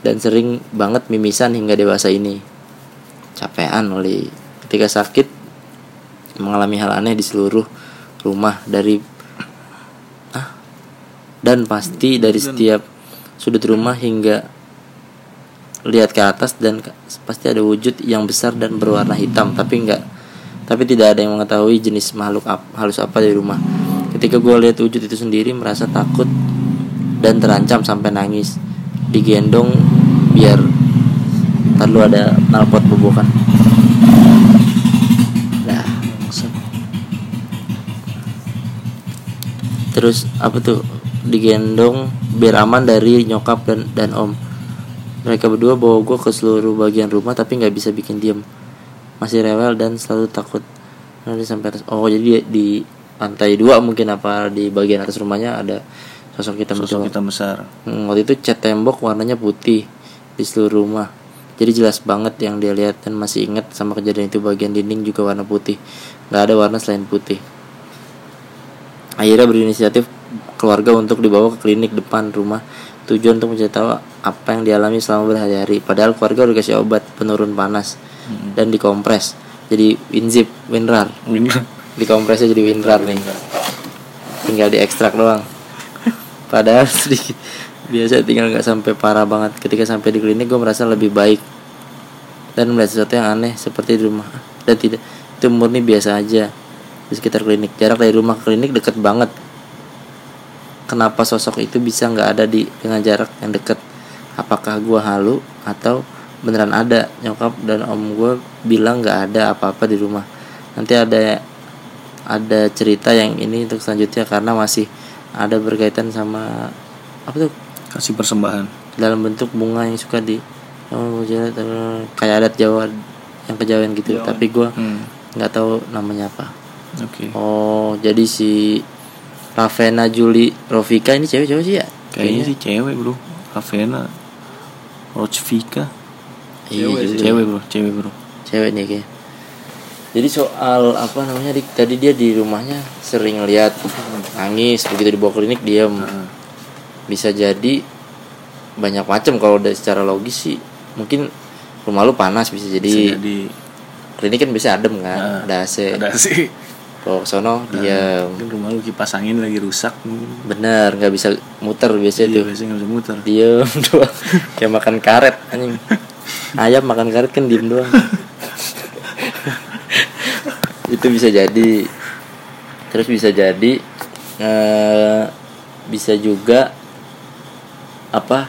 [SPEAKER 1] dan sering banget mimisan hingga dewasa ini capean oleh ketika sakit mengalami hal aneh di seluruh rumah dari ah, dan pasti dari setiap sudut rumah hingga lihat ke atas dan ke- pasti ada wujud yang besar dan berwarna hitam tapi enggak tapi tidak ada yang mengetahui jenis makhluk ap- halus apa di rumah ketika gue lihat wujud itu sendiri merasa takut dan terancam sampai nangis digendong biar ntar lu ada nalpot bobokan nah terus apa tuh digendong biar aman dari nyokap dan dan om mereka berdua bawa gue ke seluruh bagian rumah tapi nggak bisa bikin diem masih rewel dan selalu takut nanti sampai atas oh jadi di, di lantai dua mungkin apa di bagian atas rumahnya ada sosok hitam mencolok.
[SPEAKER 2] sosok kita besar
[SPEAKER 1] Hmm, waktu itu cat tembok warnanya putih di seluruh rumah. Jadi jelas banget yang dia lihat dan masih ingat sama kejadian itu bagian dinding juga warna putih. Gak ada warna selain putih. Akhirnya berinisiatif keluarga untuk dibawa ke klinik depan rumah tujuan untuk mencari tahu apa yang dialami selama berhari-hari. Padahal keluarga udah kasih obat penurun panas dan dikompres. Jadi winzip, winrar. Dikompresnya jadi winrar nih. Tinggal diekstrak doang padahal sedikit biasa tinggal nggak sampai parah banget ketika sampai di klinik gue merasa lebih baik dan melihat sesuatu yang aneh seperti di rumah dan tidak itu murni biasa aja di sekitar klinik jarak dari rumah ke klinik dekat banget kenapa sosok itu bisa nggak ada di dengan jarak yang dekat apakah gua halu atau beneran ada nyokap dan om gua bilang nggak ada apa-apa di rumah nanti ada ada cerita yang ini untuk selanjutnya karena masih ada berkaitan sama apa tuh
[SPEAKER 2] kasih persembahan
[SPEAKER 1] dalam bentuk bunga yang suka di oh, jalan, eh, kayak adat Jawa yang kejawen gitu tapi gua
[SPEAKER 2] hmm.
[SPEAKER 1] nggak tahu namanya apa
[SPEAKER 2] oke
[SPEAKER 1] oh jadi si Ravena Juli Rofika ini cewek cewek sih ya
[SPEAKER 2] kayaknya sih cewek bro Ravena Rochvika
[SPEAKER 1] Iya,
[SPEAKER 2] cewek,
[SPEAKER 1] juga.
[SPEAKER 2] cewek bro cewek bro
[SPEAKER 1] cewek nih kayaknya jadi soal apa namanya Dik, tadi dia di rumahnya sering lihat nangis begitu dibawa ke klinik diam bisa jadi banyak macam kalau udah secara logis sih mungkin rumah lu panas bisa jadi,
[SPEAKER 2] jadi
[SPEAKER 1] klinik kan biasanya adem kan ada AC
[SPEAKER 2] ada sih
[SPEAKER 1] Iya. kalau ke sono diam
[SPEAKER 2] mungkin rumah lu kipas angin lagi rusak mungkin
[SPEAKER 1] bener nggak bisa muter biasanya
[SPEAKER 2] Iya,
[SPEAKER 1] tuh
[SPEAKER 2] biasanya nggak bisa muter
[SPEAKER 1] diem doang kayak makan karet anjing ayam makan karet kan diem doang itu bisa jadi terus bisa jadi eh, bisa juga apa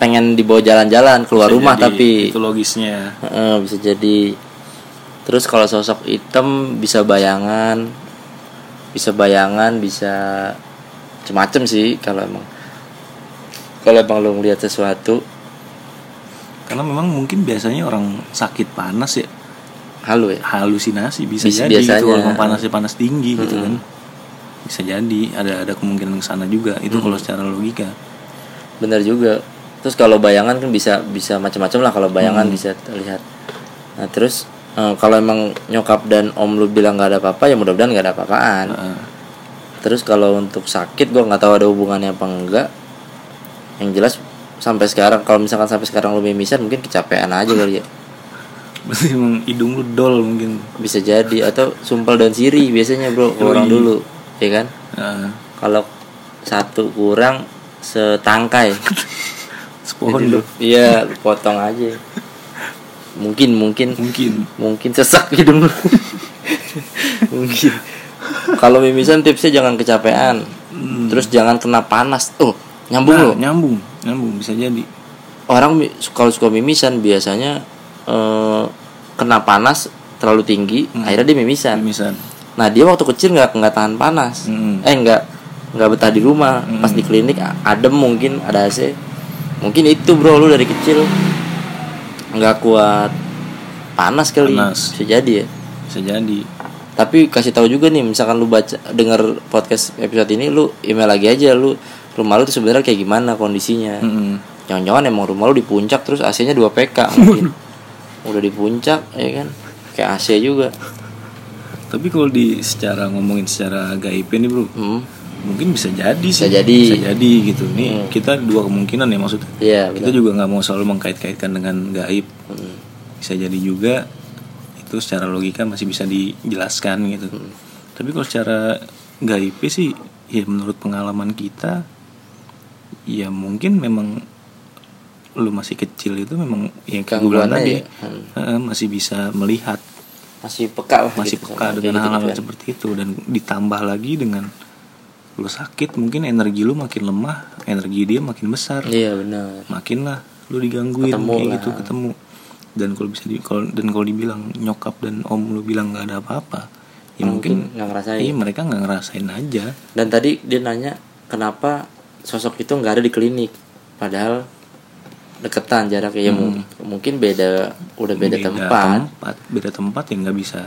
[SPEAKER 1] pengen dibawa jalan-jalan keluar
[SPEAKER 2] Bisa
[SPEAKER 1] rumah
[SPEAKER 2] jadi,
[SPEAKER 1] tapi
[SPEAKER 2] itu logisnya
[SPEAKER 1] Heeh, bisa jadi terus kalau sosok hitam bisa bayangan bisa bayangan bisa macem-macem sih kalau emang kalau emang lo ngeliat sesuatu
[SPEAKER 2] karena memang mungkin biasanya orang sakit panas ya
[SPEAKER 1] halu ya
[SPEAKER 2] halusinasi bisa
[SPEAKER 1] Bisa-
[SPEAKER 2] jadi
[SPEAKER 1] biasanya.
[SPEAKER 2] gitu walaupun panasnya panas tinggi gitu kan bisa jadi ada ada kemungkinan ke sana juga itu kalau secara logika
[SPEAKER 1] bener juga terus kalau bayangan kan bisa bisa macam-macam lah kalau bayangan bisa terlihat nah terus eh, kalau emang nyokap dan om lu bilang nggak ada apa-apa ya mudah-mudahan nggak ada apa-apaan
[SPEAKER 2] Heeh.
[SPEAKER 1] Terus kalau untuk sakit gue nggak tahu ada hubungannya apa enggak. Yang jelas sampai sekarang kalau misalkan sampai sekarang lu mimisan mungkin kecapean aja kali ya.
[SPEAKER 2] berarti emang hidung lu dol mungkin
[SPEAKER 1] Bisa jadi atau sumpel dan siri biasanya bro ke orang dulu, ya kan?
[SPEAKER 2] Heeh.
[SPEAKER 1] Kalau satu kurang setangkai.
[SPEAKER 2] sepohon
[SPEAKER 1] Jadi
[SPEAKER 2] lu
[SPEAKER 1] lu- Iya, lu potong aja. Mungkin mungkin
[SPEAKER 2] mungkin
[SPEAKER 1] mungkin sesak hidung lu. mungkin. Kalau mimisan tipsnya jangan kecapean. Terus jangan kena panas. Oh, nyambung
[SPEAKER 2] Nah,
[SPEAKER 1] lo.
[SPEAKER 2] nyambung nyambung bisa jadi
[SPEAKER 1] orang mi- kalau suka mimisan biasanya eh, kena panas terlalu tinggi
[SPEAKER 2] Hmm.
[SPEAKER 1] akhirnya dia mimisan
[SPEAKER 2] misal
[SPEAKER 1] nah dia waktu kecil nggak nggak tahan panas
[SPEAKER 2] Hmm.
[SPEAKER 1] eh nggak nggak betah di rumah pas di klinik a- adem mungkin ada AC mungkin itu bro lu dari kecil nggak kuat panas kali
[SPEAKER 2] Panas.
[SPEAKER 1] bisa jadi ya
[SPEAKER 2] bisa jadi
[SPEAKER 1] tapi kasih tahu juga nih misalkan lu baca denger podcast episode ini lu email lagi aja lu rumah lu tuh sebenarnya kayak gimana kondisinya
[SPEAKER 2] Mm-mm.
[SPEAKER 1] Jangan-jangan emang rumah lu di puncak terus AC-nya 2 PK mungkin. Udah di puncak ya kan. Kayak AC juga.
[SPEAKER 2] Tapi kalau di secara ngomongin secara gaib ini bro,
[SPEAKER 1] Hmm.
[SPEAKER 2] mungkin bisa jadi
[SPEAKER 1] Bisa
[SPEAKER 2] sih.
[SPEAKER 1] jadi.
[SPEAKER 2] Bisa jadi gitu. Nih kita dua kemungkinan ya maksudnya.
[SPEAKER 1] Iya,
[SPEAKER 2] kita
[SPEAKER 1] benar.
[SPEAKER 2] juga nggak mau selalu mengkait-kaitkan dengan gaib.
[SPEAKER 1] Hmm.
[SPEAKER 2] Bisa jadi juga itu secara logika masih bisa dijelaskan gitu.
[SPEAKER 1] Hmm.
[SPEAKER 2] Tapi kalau secara gaib sih, ya menurut pengalaman kita, ya mungkin memang lu masih kecil itu memang yang kayak gue bilang
[SPEAKER 1] Gangguannya
[SPEAKER 2] tadi
[SPEAKER 1] ya. Hmm.
[SPEAKER 2] eh, masih bisa melihat
[SPEAKER 1] Masih peka lah
[SPEAKER 2] masih
[SPEAKER 1] gitu
[SPEAKER 2] peka
[SPEAKER 1] sama
[SPEAKER 2] dengan
[SPEAKER 1] kayak
[SPEAKER 2] hal-hal
[SPEAKER 1] gitu-gituan.
[SPEAKER 2] seperti itu dan ditambah lagi dengan lu sakit mungkin energi lu makin lemah energi dia makin besar
[SPEAKER 1] Iya, benar.
[SPEAKER 2] makin lah lu digangguin
[SPEAKER 1] Ketemu
[SPEAKER 2] kayak
[SPEAKER 1] lah.
[SPEAKER 2] gitu ketemu dan kalau bisa di kalau dan kalau dibilang nyokap dan om lu bilang nggak ada apa-apa ya mungkin,
[SPEAKER 1] nggak ngerasain.
[SPEAKER 2] iya mereka nggak ngerasain aja
[SPEAKER 1] Dan tadi dia nanya kenapa sosok itu nggak ada di klinik, padahal deketan jaraknya
[SPEAKER 2] Hmm.
[SPEAKER 1] ya mung- mungkin beda udah beda, tempat.
[SPEAKER 2] beda tempat ya nggak bisa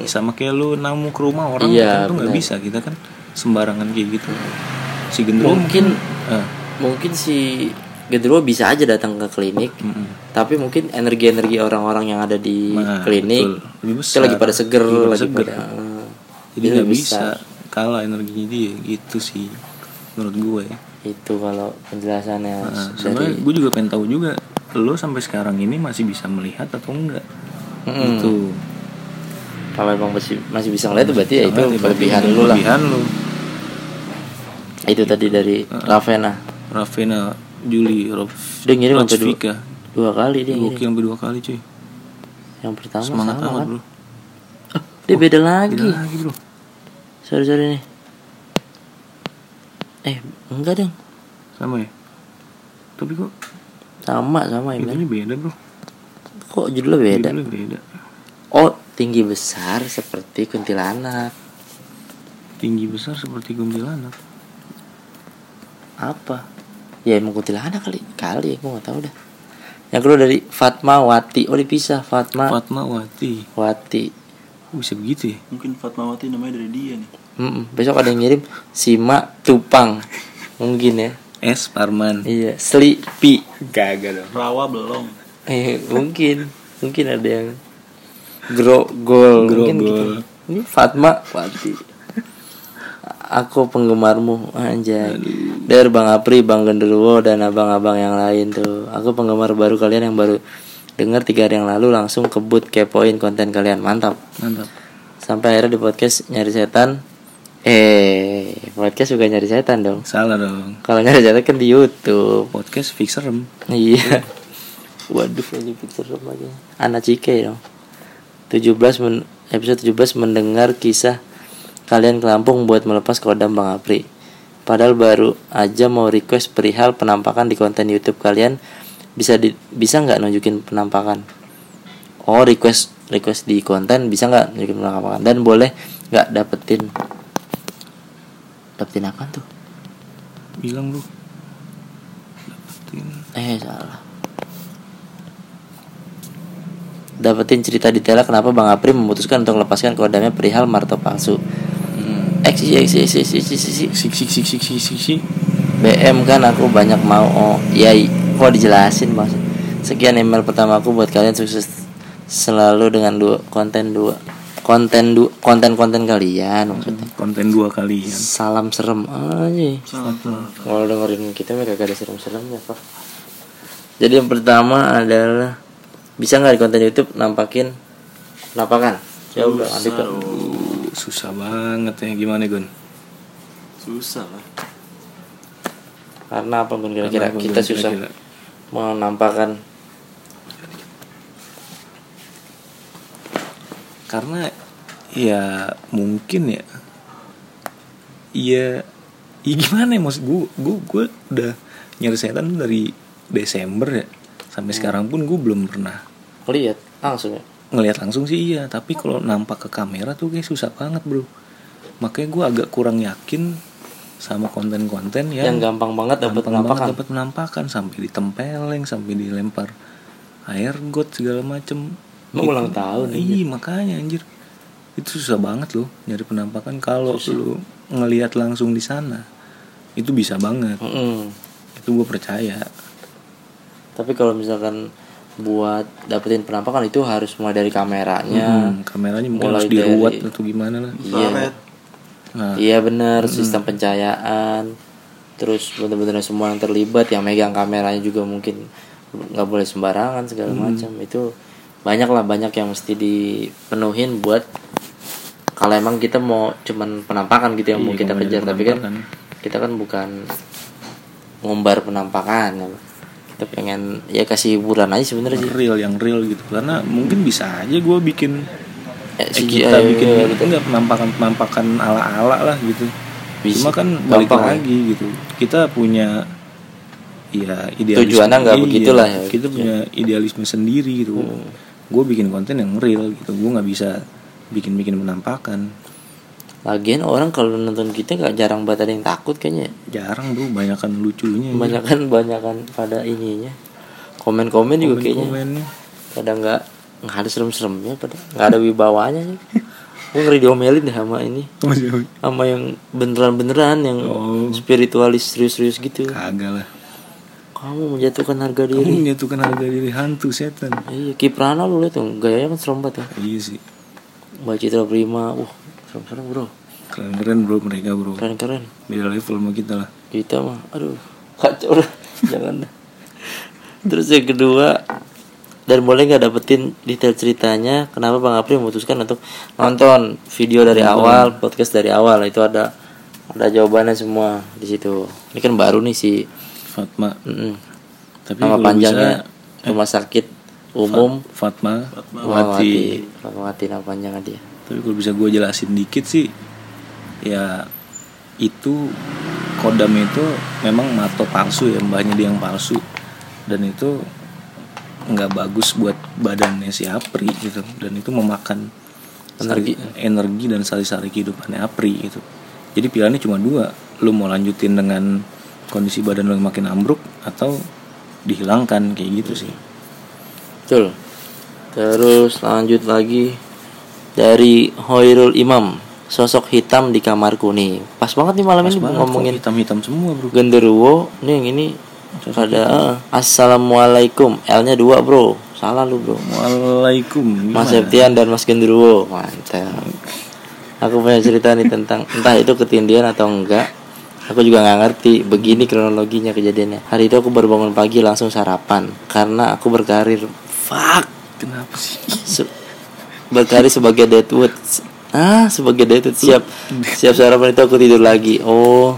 [SPEAKER 2] Ya, sama kayak lu namu ke rumah orang
[SPEAKER 1] Iya,
[SPEAKER 2] itu nggak
[SPEAKER 1] benar.
[SPEAKER 2] bisa kita kan sembarangan kayak gitu si gendro
[SPEAKER 1] Mungkin
[SPEAKER 2] eh,
[SPEAKER 1] mungkin si Gedro bisa aja datang ke klinik,
[SPEAKER 2] mm-mm.
[SPEAKER 1] tapi mungkin energi-energi orang-orang yang ada di
[SPEAKER 2] Nah,
[SPEAKER 1] klinik
[SPEAKER 2] betul. Lebih
[SPEAKER 1] itu lagi
[SPEAKER 2] besar.
[SPEAKER 1] pada seger,
[SPEAKER 2] Lebih
[SPEAKER 1] lagi
[SPEAKER 2] seger.
[SPEAKER 1] pada eh,
[SPEAKER 2] jadi
[SPEAKER 1] dia
[SPEAKER 2] nggak
[SPEAKER 1] lebih
[SPEAKER 2] bisa
[SPEAKER 1] besar.
[SPEAKER 2] kalah energinya dia gitu sih menurut gue
[SPEAKER 1] Itu kalau penjelasannya
[SPEAKER 2] Nah,
[SPEAKER 1] dari
[SPEAKER 2] sebenarnya gue juga pengen tahu juga lo sampai sekarang ini masih bisa melihat atau enggak itu
[SPEAKER 1] kalau emang masih masih bisa ngeliat berarti ya Hmm. itu kelebihan lu lah.
[SPEAKER 2] kelebihan lu
[SPEAKER 1] Itu tadi dari Ravena.
[SPEAKER 2] Ravena Juli Rob
[SPEAKER 1] Dia ngirim sampai dua,
[SPEAKER 2] Vika
[SPEAKER 1] dua kali dia ngirim.
[SPEAKER 2] gokil sampai dua kali cuy
[SPEAKER 1] Yang pertama
[SPEAKER 2] semangat
[SPEAKER 1] sama
[SPEAKER 2] amat
[SPEAKER 1] kan.
[SPEAKER 2] bro
[SPEAKER 1] Dia beda lagi.
[SPEAKER 2] Gila lagi bro
[SPEAKER 1] Sorry sorry nih. Eh enggak dong.
[SPEAKER 2] sama ya tapi kok
[SPEAKER 1] Sama sama ya.
[SPEAKER 2] itunya beda bro
[SPEAKER 1] Kok judulnya beda?
[SPEAKER 2] Judulnya beda
[SPEAKER 1] Oh tinggi besar seperti kuntilanak.
[SPEAKER 2] tinggi besar seperti kuntilanak
[SPEAKER 1] Apa? Ya emang kuntilanak kali kali ya gue nggak tahu dah. Yang kedua dari Fatmawati. Oh dipisah Fatma.
[SPEAKER 2] Fatmawati
[SPEAKER 1] Wati.
[SPEAKER 2] Kok bisa begitu ya
[SPEAKER 3] Mungkin Fatmawati namanya dari dia nih.
[SPEAKER 1] Mm-mm. Besok ada yang ngirim Sima Tupang. Mungkin ya.
[SPEAKER 2] S Parman
[SPEAKER 1] Iya, Sleepy.
[SPEAKER 2] kagak dong
[SPEAKER 3] Rawa belum.
[SPEAKER 1] Eh, mungkin mungkin ada yang grogol mungkin gitu.
[SPEAKER 2] Grogol.
[SPEAKER 1] Ini Fatma Wati. Aku penggemarmu anjay. Der Bang Apri, Bang Genderuwo dan abang-abang yang lain tuh. Aku penggemar baru kalian yang baru dengar tiga hari yang lalu langsung kebut kepoin konten kalian mantap.
[SPEAKER 2] mantap
[SPEAKER 1] Sampai akhirnya di podcast nyari setan. Eh, podcast juga nyari setan dong.
[SPEAKER 2] salah dong
[SPEAKER 1] Kalau nyari setan kan di YouTube.
[SPEAKER 2] podcast fixerem
[SPEAKER 1] Iya. Waduh, ini Peter lagi. Anak Cike dong. 17 men- episode 17 mendengar kisah kalian ke Lampung buat melepas kodam Bang Apri. Padahal baru aja mau request perihal penampakan di konten YouTube kalian bisa di, bisa nggak nunjukin penampakan? Oh request request di konten bisa nggak nunjukin penampakan dan boleh nggak dapetin dapetin apa tuh?
[SPEAKER 2] bilang lu dapetin
[SPEAKER 1] Eh salah. Dapetin cerita detailnya kenapa Bang Apri memutuskan untuk melepaskan kodamnya perihal marto palsu. Eksi eksi eksi eksi eksi, eksi.
[SPEAKER 2] sik sik sik sik sik sik sik
[SPEAKER 1] BM kan aku banyak mau oh ya i- kok dijelasin mas. Sekian email pertama aku buat kalian sukses selalu dengan dua konten dua konten dua konten konten kalian maksudnya.
[SPEAKER 2] konten dua kali ya
[SPEAKER 1] Salam serem aja.
[SPEAKER 3] Salah.
[SPEAKER 1] Kalau dengerin kita mereka gak ada serem-seremnya Pak Jadi yang pertama adalah Bisa nggak di konten Youtube nampakin Nampakan Ya udah nanti kan
[SPEAKER 2] Uh, susah banget ya gimana Gun
[SPEAKER 3] Susah lah.
[SPEAKER 1] Karena apa Gun kira-kira
[SPEAKER 2] Karena apa, Gun,
[SPEAKER 1] Kita susah
[SPEAKER 2] kira-kira?
[SPEAKER 1] Menampakkan
[SPEAKER 2] karena ya mungkin ya ya, ya gimana ya maksud gue gue gue udah nyari setan dari Desember ya sampai sekarang pun gue belum pernah
[SPEAKER 1] Lihat langsung ya
[SPEAKER 2] ngelihat langsung sih iya tapi kalau nampak ke kamera tuh kayak susah banget bro makanya gue agak kurang yakin sama konten-konten yang,
[SPEAKER 1] Yang gampang banget dapat
[SPEAKER 2] Ya. gampang banget
[SPEAKER 1] penampakan
[SPEAKER 2] dapat penampakan sampai ditempeleng sampai dilempar air got segala macem
[SPEAKER 1] Emang
[SPEAKER 2] Itu-
[SPEAKER 1] ulang tahun,
[SPEAKER 2] iya makanya anjir itu susah banget loh nyari penampakan kalau lu ngelihat langsung di sana
[SPEAKER 1] Oh.
[SPEAKER 2] itu bisa banget
[SPEAKER 1] Mm-mm.
[SPEAKER 2] itu gue percaya
[SPEAKER 1] Tapi kalau misalkan buat dapetin penampakan itu harus mulai dari kameranya
[SPEAKER 2] Hmm, kameranya
[SPEAKER 1] Ya.
[SPEAKER 2] mungkin
[SPEAKER 1] Mulai
[SPEAKER 2] harus diruat
[SPEAKER 1] dari-
[SPEAKER 2] atau gimana lah
[SPEAKER 1] iya
[SPEAKER 2] nah,
[SPEAKER 1] iya bener sistem pencahayaan terus bener-bener semua yang terlibat yang megang kameranya juga mungkin nggak boleh sembarangan segala
[SPEAKER 2] Hmm.
[SPEAKER 1] macam itu banyak lah banyak yang mesti dipenuhin buat kalau emang kita mau cuman penampakan gitu yang mau kita
[SPEAKER 2] kemudian
[SPEAKER 1] kejar tapi kan
[SPEAKER 2] Iya, penampakan. ya.
[SPEAKER 1] kita kan bukan ngumbar penampakan kita pengen ya kasih hiburan aja sebenarnya sih
[SPEAKER 2] real yang real gitu karena mungkin bisa aja gue bikin
[SPEAKER 1] Eh,
[SPEAKER 2] eh,
[SPEAKER 1] si-
[SPEAKER 2] kita
[SPEAKER 1] eh,
[SPEAKER 2] bikin
[SPEAKER 1] iya,
[SPEAKER 2] itu nggak penampakan penampakan ala ala lah gitu
[SPEAKER 1] Bisa.
[SPEAKER 2] cuma kan balik
[SPEAKER 1] Gampang, ya.
[SPEAKER 2] lagi gitu kita punya ya idealisme
[SPEAKER 1] Tujuannya nggak
[SPEAKER 2] iya,
[SPEAKER 1] begitulah ya. Hmm.
[SPEAKER 2] kita punya idealisme sendiri gitu gue bikin konten yang real gitu gue nggak bisa bikin bikin penampakan
[SPEAKER 1] Lagian orang kalau nonton kita nggak jarang banget ada yang takut kayaknya. ya.
[SPEAKER 2] jarang bro banyakan lucunya gitu.
[SPEAKER 1] Banyakan banyakan pada ininya. Komen-komen juga kayaknya.
[SPEAKER 2] komennya
[SPEAKER 1] Kadang nggak nggak ada serem-seremnya pada nggak ada wibawanya sih. Gue ngeri diomelin deh sama ini
[SPEAKER 2] Masih-
[SPEAKER 1] sama yang beneran-beneran yang
[SPEAKER 2] Oh.
[SPEAKER 1] spiritualis serius-serius gitu.
[SPEAKER 2] kagak lah
[SPEAKER 1] Kamu menjatuhkan harga
[SPEAKER 2] Kamu
[SPEAKER 1] diri.
[SPEAKER 2] menyatukan harga diri hantu setan
[SPEAKER 1] Iya, Kiprana lu lihat tuh, gayanya kan serem banget ya.
[SPEAKER 2] iya sih
[SPEAKER 1] Mbak Citra Prima, wah, serem-serem bro,
[SPEAKER 2] keren keren bro mereka bro
[SPEAKER 1] keren-keren.
[SPEAKER 2] beda level sama kita lah
[SPEAKER 1] kita mah aduh kacau lah jangan dah. terus yang kedua dan boleh nggak dapetin detail ceritanya kenapa bang Apri memutuskan untuk nonton video dari awal podcast dari awal itu ada ada jawabannya semua di situ ini kan baru nih si
[SPEAKER 2] Fatma
[SPEAKER 1] mm,
[SPEAKER 2] tapi
[SPEAKER 1] nama
[SPEAKER 2] kalau
[SPEAKER 1] panjangnya
[SPEAKER 2] bisa,
[SPEAKER 1] rumah sakit umum
[SPEAKER 2] Fatma, Wati
[SPEAKER 1] Fatmawati Fatmawati nama panjangnya dia
[SPEAKER 2] tapi kalau bisa gue jelasin dikit sih ya itu kodam itu memang mato palsu ya mbahnya dia yang palsu dan itu nggak bagus buat badannya si Apri gitu dan itu memakan
[SPEAKER 1] Energi.
[SPEAKER 2] sari- energi dan sari-sari kehidupannya Apri gitu jadi pilihannya cuma dua lu mau lanjutin dengan kondisi badan lu yang makin ambruk atau dihilangkan kayak gitu sih
[SPEAKER 1] betul terus lanjut lagi dari Hoirul Imam sosok hitam di kamarku nih pas banget nih malam ini
[SPEAKER 2] Banget,
[SPEAKER 1] ngomongin
[SPEAKER 2] kok hitam-hitam semua bro
[SPEAKER 1] genderuwo nih yang ini ada eh, assalamualaikum L nya dua bro salah lu bro
[SPEAKER 2] Waalaikum
[SPEAKER 1] Mas Septian dan Mas Genderuwo mantap aku punya cerita nih tentang entah itu ketindian atau enggak aku juga nggak ngerti begini kronologinya kejadiannya hari itu aku baru bangun pagi langsung sarapan karena aku berkarir fuck
[SPEAKER 2] Kenapa sih?
[SPEAKER 1] Se- berkarir sebagai Deadwood ah sebagai Deadwood siap siap sarapan itu aku tidur lagi oh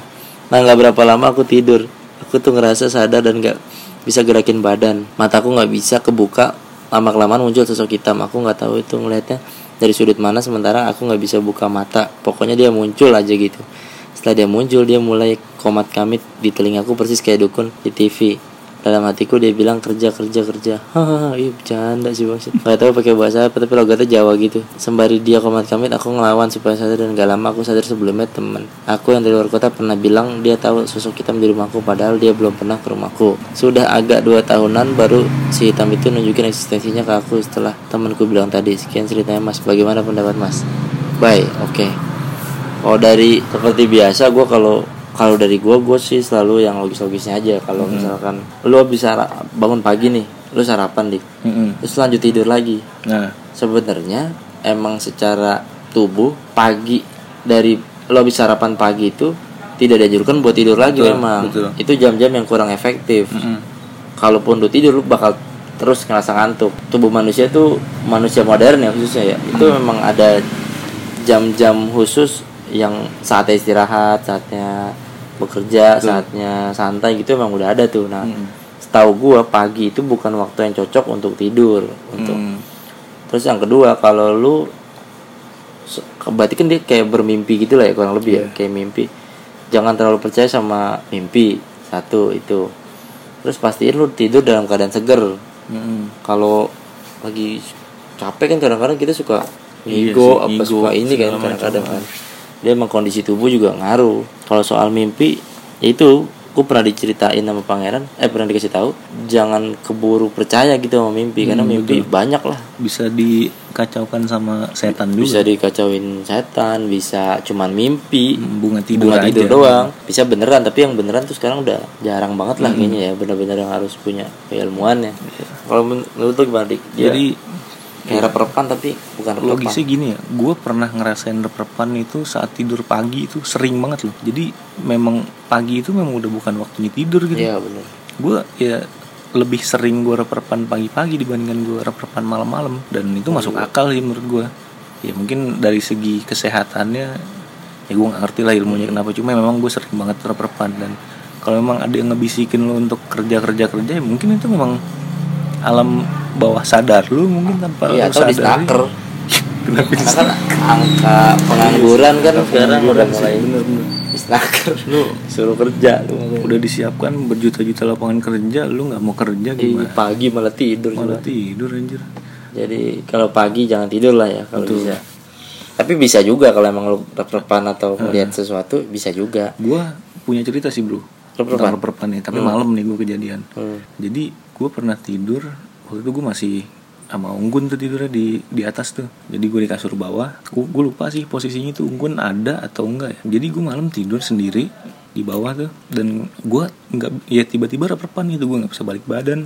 [SPEAKER 1] nah nggak berapa lama aku tidur aku tuh ngerasa sadar dan nggak bisa gerakin badan mataku nggak bisa kebuka lama kelamaan muncul sosok hitam aku nggak tahu itu ngelihatnya dari sudut mana sementara aku nggak bisa buka mata pokoknya dia muncul aja gitu setelah dia muncul dia mulai komat kamit di telingaku persis kayak dukun di TV dalam hatiku dia bilang kerja kerja kerja hahaha iya bercanda sih maksud nggak tahu pakai bahasa apa tapi logatnya Jawa gitu sembari dia komat kamit aku ngelawan supaya sadar dan gak lama aku sadar sebelumnya temen aku yang dari luar kota pernah bilang dia tahu sosok hitam di rumahku padahal dia belum pernah ke rumahku sudah agak dua tahunan baru si hitam itu nunjukin eksistensinya ke aku setelah temanku bilang tadi sekian ceritanya mas bagaimana pendapat mas bye oke kalau Oh, dari seperti biasa gue kalau kalau dari gue gue sih selalu yang logis-logisnya aja kalau
[SPEAKER 2] Hmm.
[SPEAKER 1] misalkan lu habis sara- bangun pagi nih lu sarapan nih terus lanjut tidur lagi
[SPEAKER 2] Nah,
[SPEAKER 1] sebenarnya emang secara tubuh pagi dari lu habis sarapan pagi itu tidak dianjurkan buat tidur lagi
[SPEAKER 2] Betul,
[SPEAKER 1] memang
[SPEAKER 2] betul.
[SPEAKER 1] itu jam-jam yang kurang efektif kalaupun lu tidur lu bakal terus ngerasa ngantuk tubuh manusia tuh manusia modern ya khususnya ya itu memang ada jam-jam khusus yang saatnya istirahat saatnya bekerja saatnya santai gitu emang udah ada tuh nah setahu gua pagi itu bukan waktu yang cocok untuk tidur untuk
[SPEAKER 2] Hmm.
[SPEAKER 1] terus yang kedua kalau lu se- ke- berarti kan dia kayak bermimpi gitu lah ya kurang lebih
[SPEAKER 2] Iya.
[SPEAKER 1] ya kayak mimpi jangan terlalu percaya sama mimpi satu itu terus pastiin lu tidur dalam keadaan seger
[SPEAKER 2] Mm-mm.
[SPEAKER 1] kalau lagi capek kan kadang-kadang kita suka
[SPEAKER 2] Iya
[SPEAKER 1] ego
[SPEAKER 2] sih,
[SPEAKER 1] apa
[SPEAKER 2] ego,
[SPEAKER 1] suka ini kan
[SPEAKER 2] segala macam.
[SPEAKER 1] kadang-kadang kan dia emang kondisi tubuh juga ngaruh kalau soal mimpi ya itu gue pernah diceritain sama pangeran eh pernah dikasih tahu jangan keburu percaya gitu sama mimpi karena
[SPEAKER 2] Hmm,
[SPEAKER 1] mimpi banyak lah
[SPEAKER 2] bisa dikacaukan sama setan
[SPEAKER 1] bisa
[SPEAKER 2] juga
[SPEAKER 1] dikacauin setan bisa cuman mimpi
[SPEAKER 2] Mm, bunga tidur
[SPEAKER 1] bunga
[SPEAKER 2] aja
[SPEAKER 1] tidur doang bisa beneran tapi yang beneran tuh sekarang udah jarang banget
[SPEAKER 2] Hmm.
[SPEAKER 1] lah kayaknya ya bener-bener yang harus punya keilmuannya kalau men- menurut lu gimana dik Dia
[SPEAKER 2] Iya. jadi
[SPEAKER 1] kayak rep-repan tapi bukan rep
[SPEAKER 2] logisnya gini ya gue pernah ngerasain rep-repan itu saat tidur pagi itu sering banget loh jadi memang pagi itu memang udah bukan waktunya tidur gitu
[SPEAKER 1] iya bener
[SPEAKER 2] gue ya lebih sering gue reperpan pagi-pagi dibandingkan gue reperpan malam-malam dan itu
[SPEAKER 1] Oh,
[SPEAKER 2] masuk
[SPEAKER 1] iya.
[SPEAKER 2] akal sih menurut gue ya mungkin dari segi kesehatannya ya gue nggak ngerti lah ilmunya
[SPEAKER 1] Hmm.
[SPEAKER 2] kenapa cuma memang gue sering banget reperpan dan kalau memang ada yang ngebisikin lo untuk kerja kerja kerja ya mungkin itu memang alam bawah sadar lu mungkin tanpa
[SPEAKER 1] iya
[SPEAKER 2] lu
[SPEAKER 1] atau di
[SPEAKER 2] sadari.
[SPEAKER 1] snacker
[SPEAKER 2] Kenapa di
[SPEAKER 1] karena kan angka pengangguran kan sekarang udah mulai
[SPEAKER 2] Bener-bener.
[SPEAKER 1] di snacker
[SPEAKER 2] lu suruh
[SPEAKER 1] Iya,
[SPEAKER 2] kerja lu udah disiapkan berjuta-juta lapangan kerja lu nggak mau kerja
[SPEAKER 1] Ih,
[SPEAKER 2] gimana
[SPEAKER 1] pagi malah tidur juga.
[SPEAKER 2] malah tidur anjir
[SPEAKER 1] Jadi kalau pagi jangan tidur lah ya kalau bisa. Tapi bisa juga kalau emang lu rep-repan atau melihat sesuatu bisa juga.
[SPEAKER 2] gua punya cerita sih bro
[SPEAKER 1] Rep-repan?
[SPEAKER 2] tentang rep-repan nih tapi malam nih gua kejadian jadi gua pernah tidur waktu itu gua masih sama Unggun tuh tidurnya di di atas tuh jadi gua di kasur bawah gua, gua lupa sih posisinya tuh Unggun ada atau enggak ya jadi gua malam tidur sendiri di bawah tuh dan gua nggak ya tiba-tiba rep-repan gitu gua nggak bisa balik badan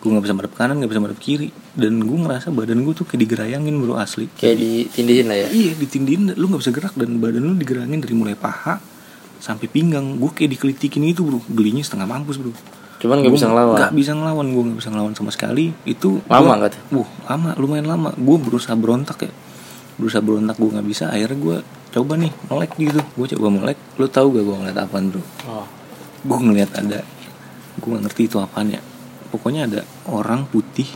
[SPEAKER 2] gua nggak bisa madep kanan nggak bisa madep kiri dan gua ngerasa badan gua tuh kayak digerayangin bro asli
[SPEAKER 1] Kayak ditindihin lah ya.
[SPEAKER 2] Iya ditindihin lu nggak bisa gerak dan badan lu digerangin dari mulai paha sampai pinggang gue kayak dikelitikin gitu bro gelinya setengah mampus bro
[SPEAKER 1] Cuman nggak bisa ngelawan.
[SPEAKER 2] nggak bisa ngelawan gue nggak bisa ngelawan sama sekali itu
[SPEAKER 1] Lama nggak
[SPEAKER 2] gua,
[SPEAKER 1] tuh?
[SPEAKER 2] Wuh, lama lumayan lama gue berusaha berontak ya berusaha berontak gue nggak bisa akhirnya gue coba nih melek gitu gue coba melek lu tahu gak gue ngeliat apaan bro
[SPEAKER 1] Oh.
[SPEAKER 2] gue ngeliat ada gue gak ngerti itu apaan ya pokoknya ada orang putih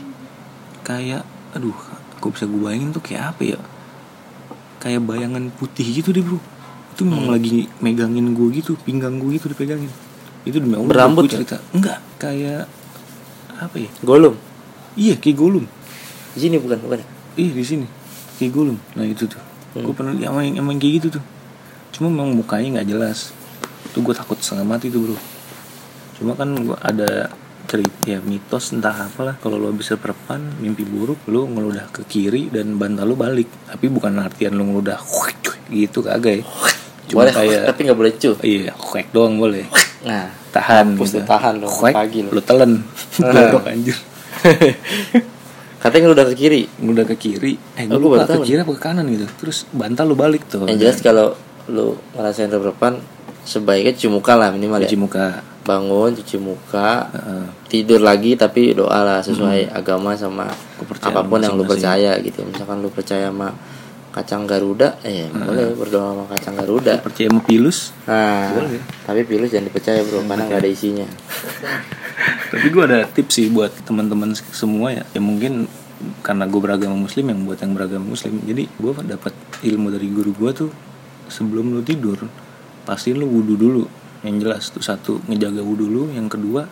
[SPEAKER 2] kayak aduh kok bisa gue bayangin tuh kayak apa ya kayak bayangan putih gitu deh bro itu
[SPEAKER 1] Hmm.
[SPEAKER 2] memang lagi megangin gue gitu pinggang gue gitu dipegangin itu demi Allah
[SPEAKER 1] Berambut
[SPEAKER 2] gue
[SPEAKER 1] ya?
[SPEAKER 2] cerita enggak kayak apa ya
[SPEAKER 1] Golum.
[SPEAKER 2] iya kayak golum
[SPEAKER 1] Di sini bukan bukan. ya?
[SPEAKER 2] ih di sini kayak golum nah itu tuh
[SPEAKER 1] Hmm.
[SPEAKER 2] gue pernah liat emang, emang kayak gitu tuh cuma memang mukanya nggak jelas tuh gue takut setengah mati tuh bro cuma kan gua ada cerita ya mitos entah apalah kalau lo habis perpan mimpi buruk lo ngeludah ke kiri dan bantal lo balik tapi bukan artian lo ngeludah gitu kagak ya cuma
[SPEAKER 1] boleh
[SPEAKER 2] kayak
[SPEAKER 1] tapi nggak boleh cu.
[SPEAKER 2] iya kuek doang boleh
[SPEAKER 1] Nah,
[SPEAKER 2] tahan
[SPEAKER 1] Mampus lu, tahan lu,
[SPEAKER 2] Kuek,
[SPEAKER 1] pagi lu.
[SPEAKER 2] lo telen Godok, anjir
[SPEAKER 1] katanya lu udah ke kiri.
[SPEAKER 2] ngeludah ke kiri eh
[SPEAKER 1] Oh,
[SPEAKER 2] gue
[SPEAKER 1] gua baru
[SPEAKER 2] lupa
[SPEAKER 1] tahu
[SPEAKER 2] ke
[SPEAKER 1] nih.
[SPEAKER 2] kiri apa ke kanan gitu terus bantal lo balik tuh
[SPEAKER 1] Yang jelas kalau lu ngerasain rep-repan sebaiknya cuci muka lah minimal ya.
[SPEAKER 2] cuci muka
[SPEAKER 1] Bangun cuci muka.
[SPEAKER 2] Heeh.
[SPEAKER 1] tidur lagi tapi doa lah sesuai agama sama
[SPEAKER 2] Hmm. Kepercayaan
[SPEAKER 1] apapun yang lu
[SPEAKER 2] masing-masing.
[SPEAKER 1] percaya gitu misalkan lu percaya sama kacang garuda eh
[SPEAKER 2] Hmm.
[SPEAKER 1] boleh berdoa sama kacang garuda
[SPEAKER 2] percaya sama pilus
[SPEAKER 1] nah tapi pilih jangan dipercaya bro karena
[SPEAKER 2] Hmm.
[SPEAKER 1] nggak ada isinya
[SPEAKER 2] tapi gue ada tips sih buat teman-teman semua ya ya mungkin karena gue beragama muslim yang buat yang beragama muslim jadi gue dapat ilmu dari guru gue tuh sebelum lu tidur pasti lu wudhu dulu yang jelas tuh satu ngejaga wudhu lu yang kedua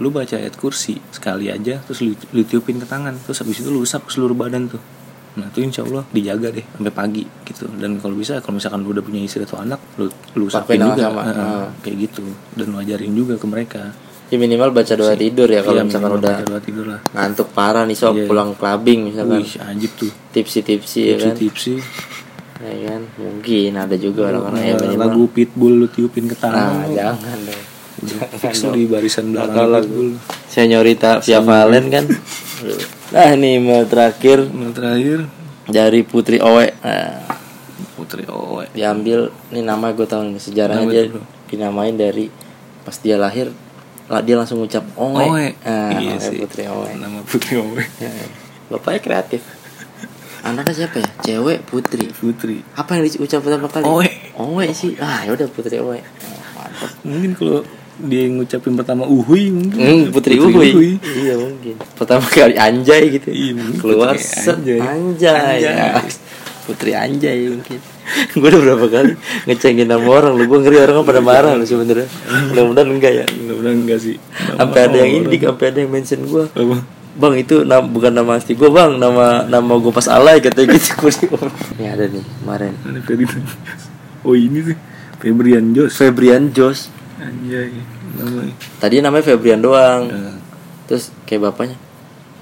[SPEAKER 2] lu baca ayat kursi sekali aja terus lu, lu tiupin ke tangan terus habis itu lu usap ke seluruh badan tuh nah tuh insya Allah dijaga deh sampai pagi gitu dan kalau bisa kalau misalkan lu udah punya istri atau anak lu lu usapin
[SPEAKER 1] Lakuin
[SPEAKER 2] juga
[SPEAKER 1] sama-sama.
[SPEAKER 2] Eh, eh,
[SPEAKER 1] Ah.
[SPEAKER 2] kayak gitu dan lu ajarin juga ke mereka
[SPEAKER 1] ya minimal baca doa tidur ya kalau
[SPEAKER 2] Iya,
[SPEAKER 1] misalkan
[SPEAKER 2] minimal
[SPEAKER 1] udah
[SPEAKER 2] baca doa Iya. tidur lah.
[SPEAKER 1] ngantuk parah nih sob pulang clubbing misalkan
[SPEAKER 2] Wih, anjir tuh.
[SPEAKER 1] tipsi-tipsi ya kan
[SPEAKER 2] Tipsi-tipsi.
[SPEAKER 1] ya kan mungkin ada juga orang-orang yang
[SPEAKER 2] Nah,
[SPEAKER 1] minimal
[SPEAKER 2] lagu Ah. Pitbull lu tiupin ke
[SPEAKER 1] nah
[SPEAKER 2] tangan. lu.
[SPEAKER 1] jangan dong
[SPEAKER 2] Udah fix lu di barisan belakang
[SPEAKER 1] Atau lagu
[SPEAKER 2] Pitbull.
[SPEAKER 1] seniorita via Valen kan nah ini email terakhir
[SPEAKER 2] Yang terakhir
[SPEAKER 1] dari Putri Owe Nah,
[SPEAKER 2] Putri Owe.
[SPEAKER 1] diambil ini nama gue tahu nih sejarahnya
[SPEAKER 2] Kenapa
[SPEAKER 1] dia
[SPEAKER 2] tuh, bro?
[SPEAKER 1] dinamain dari pas dia lahir lah dia langsung ngucap Owe,
[SPEAKER 2] Owe.
[SPEAKER 1] Nah,
[SPEAKER 2] iya
[SPEAKER 1] namanya
[SPEAKER 2] sih. Iya.
[SPEAKER 1] Putri Owe
[SPEAKER 2] Nama Putri Owe.
[SPEAKER 1] Nah, bapaknya kreatif anaknya siapa ya cewek Putri
[SPEAKER 2] Putri.
[SPEAKER 1] apa yang diucap pertama kali
[SPEAKER 2] Owe.
[SPEAKER 1] Owe sih ah ya udah Putri Owe Nah, mantap.
[SPEAKER 2] Mungkin kalau dia yang ngucapin pertama uhui mungkin.
[SPEAKER 1] Hmm, Putri, Uhuy. Iya mungkin. Pertama kali anjay gitu.
[SPEAKER 2] Iya, mungkin
[SPEAKER 1] Keluar
[SPEAKER 2] Putri
[SPEAKER 1] set,
[SPEAKER 2] Anjay.
[SPEAKER 1] anjay.
[SPEAKER 2] Anjay.
[SPEAKER 1] Putri anjay mungkin. gue udah berapa kali ngecengin nama orang lu gue ngeri orang pada marah lu sebenarnya. Mudah-mudahan enggak ya.
[SPEAKER 2] Mudah-mudahan enggak sih.
[SPEAKER 1] Sampai ada yang ini, sampai ada yang mention gue.
[SPEAKER 2] Apa?
[SPEAKER 1] Bang itu nam- bukan nama asli gue bang, nama nama gue pas alay katanya gitu. Gua di- Ini ada nih kemarin.
[SPEAKER 2] Ini Febri. Oh ini sih. Febrian Jos.
[SPEAKER 1] Febrian Jos
[SPEAKER 2] Anjay. namanya
[SPEAKER 1] Tadi namanya Febrian doang.
[SPEAKER 2] Iya.
[SPEAKER 1] Terus kayak bapaknya,